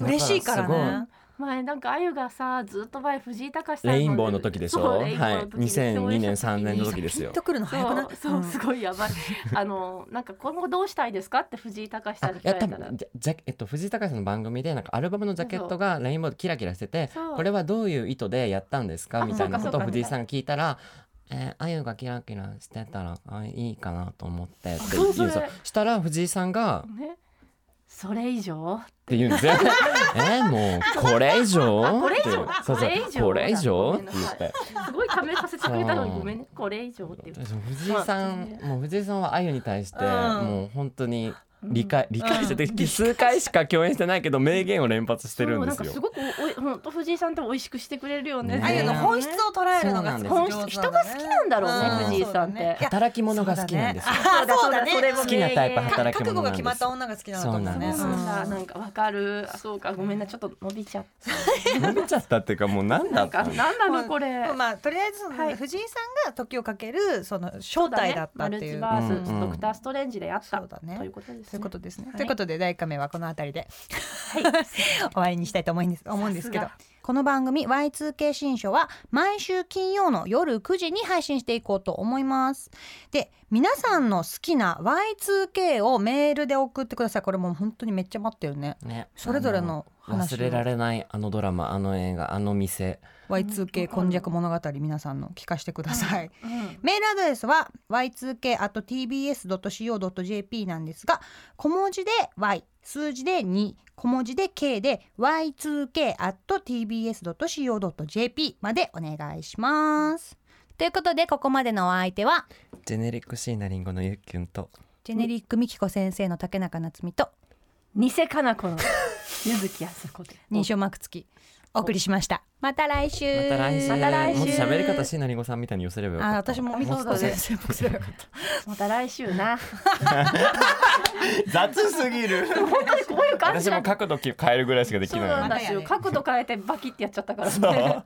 Speaker 2: うん嬉しいから
Speaker 4: だからす
Speaker 2: ね
Speaker 3: 前なんかあゆがさずっと前藤井隆
Speaker 4: う。
Speaker 3: さん
Speaker 4: レインボーの時でしょ。
Speaker 3: そう
Speaker 4: は
Speaker 3: レ
Speaker 4: い。
Speaker 3: インボーの時です
Speaker 4: 2002年3年の時です
Speaker 2: ピ
Speaker 4: よ
Speaker 2: ン。とくるの早くない
Speaker 3: そうそううんすごいやばいあのなんか今後どうしたいですかって藤井隆さ
Speaker 4: あ
Speaker 3: ん
Speaker 4: い
Speaker 3: に聞か
Speaker 4: や
Speaker 3: れ
Speaker 4: 多
Speaker 3: たら
Speaker 4: 分じゃじゃえっと藤井隆さんの番組でなんかアルバムのジャケットがレインボーでキラキラしてて
Speaker 3: そう
Speaker 4: これはどういう意図でやったんですか
Speaker 3: あ
Speaker 4: みたいなこと
Speaker 3: そうかそ
Speaker 4: を
Speaker 3: うか
Speaker 4: 藤井さんが聞いたら「えーあゆがキラキラしてたらあいいかなと思って」って言うんです
Speaker 3: そうそ
Speaker 4: よ
Speaker 3: れ
Speaker 4: したら藤井さんが
Speaker 3: ねそれ以上
Speaker 4: って言う んですよ。えもうこれ以上？
Speaker 3: これ以上
Speaker 4: ってそうそう
Speaker 3: これ以上
Speaker 4: これ以上
Speaker 3: ご
Speaker 4: っ
Speaker 3: めん
Speaker 4: て
Speaker 3: な
Speaker 4: 言
Speaker 3: さい
Speaker 4: って。
Speaker 3: すごい仮面させてくれたのに
Speaker 4: そう
Speaker 3: ごめんねこれ以上っていう
Speaker 4: 藤井さん、もう藤井さんはあゆに対して、
Speaker 2: うん
Speaker 4: もう本当に理解理解してて、数回しか共演してないけど名言を連発してるんです
Speaker 3: そうなんかす
Speaker 4: よ。
Speaker 3: ごくおお本当藤井さんって美味しくしてくれるよね
Speaker 4: ね
Speaker 2: あゆの本質を捉えるのがすごい
Speaker 3: そうなんです
Speaker 2: 上手だね
Speaker 3: 本質人が好きなんだろうね
Speaker 4: 藤井
Speaker 3: さん
Speaker 2: そうだ
Speaker 3: って
Speaker 2: ねいや
Speaker 4: 働き者が好きなんですよ。
Speaker 2: あーそうだね
Speaker 3: それも名言
Speaker 4: 好きなタイプ働き者なんです
Speaker 2: 覚悟が決まった女が好きなのかもね
Speaker 4: そう
Speaker 3: そうだ
Speaker 2: うん
Speaker 3: なんかわかるあそうかごめんなちょっと伸びちゃっ
Speaker 4: 伸びちゃったっていうかもうなん
Speaker 3: たな
Speaker 4: だっ
Speaker 3: んか
Speaker 4: たの。
Speaker 3: なんなのこれ
Speaker 2: まあとりあえずその
Speaker 3: はい
Speaker 2: 藤井さんが時をかけるその正体だったっ
Speaker 3: マ
Speaker 2: て
Speaker 3: ル
Speaker 2: い
Speaker 3: チ
Speaker 2: う
Speaker 3: バ
Speaker 4: うん
Speaker 3: ー
Speaker 4: うん
Speaker 3: スドクターストレンジでやった
Speaker 2: そうだね
Speaker 3: ということです
Speaker 2: という
Speaker 3: ね
Speaker 2: ことですね。
Speaker 3: はい
Speaker 2: ということで第1回目はこの辺りで、
Speaker 3: い
Speaker 2: 終わりにしたいと思うんです思うんですけど
Speaker 3: さす
Speaker 2: この番組 Y2K 新書は毎週金曜の夜9時に配信していこうと思います。で皆さんの好きな Y2K をメールで送ってください。これもう本当にめっちゃ待ってるね。
Speaker 4: ね、
Speaker 2: それぞれの
Speaker 4: あの
Speaker 2: 話を
Speaker 4: 忘れられないあのドラマあの映画あの店
Speaker 2: Y2K こんにゃく物語皆さんの聞かせてください。
Speaker 3: うん
Speaker 2: メールアドレスは y2k.tbs.co.jp なんですが小文字で y 数字で2小文字で k で y2k.tbs.co.jp までお願いします。ということでここまでのお相手は
Speaker 4: ジェネリックシーナリンゴのゆっきゅんと
Speaker 2: ジェネリックミキコ先生の竹中夏実と
Speaker 3: 偽かなこの ゆずきやす こで
Speaker 2: 認証マーク付きお送りしました。また来週
Speaker 4: また来週
Speaker 3: また来週
Speaker 4: もっと喋り方シーナリンゴさんみたいに寄せればよか
Speaker 2: あ
Speaker 4: った。
Speaker 2: 私もミキコ先生っぽくすればよかった。
Speaker 3: また来週 な
Speaker 4: 雑すぎる。
Speaker 3: 本当にこういう感じ
Speaker 4: 私
Speaker 3: だ
Speaker 4: も角度変えるぐらいしかでき
Speaker 3: そう
Speaker 4: ない。
Speaker 3: なん
Speaker 2: また
Speaker 3: だ
Speaker 2: や
Speaker 3: よ
Speaker 2: ね
Speaker 3: 角度変えてバキってやっちゃったから
Speaker 4: そう
Speaker 3: ね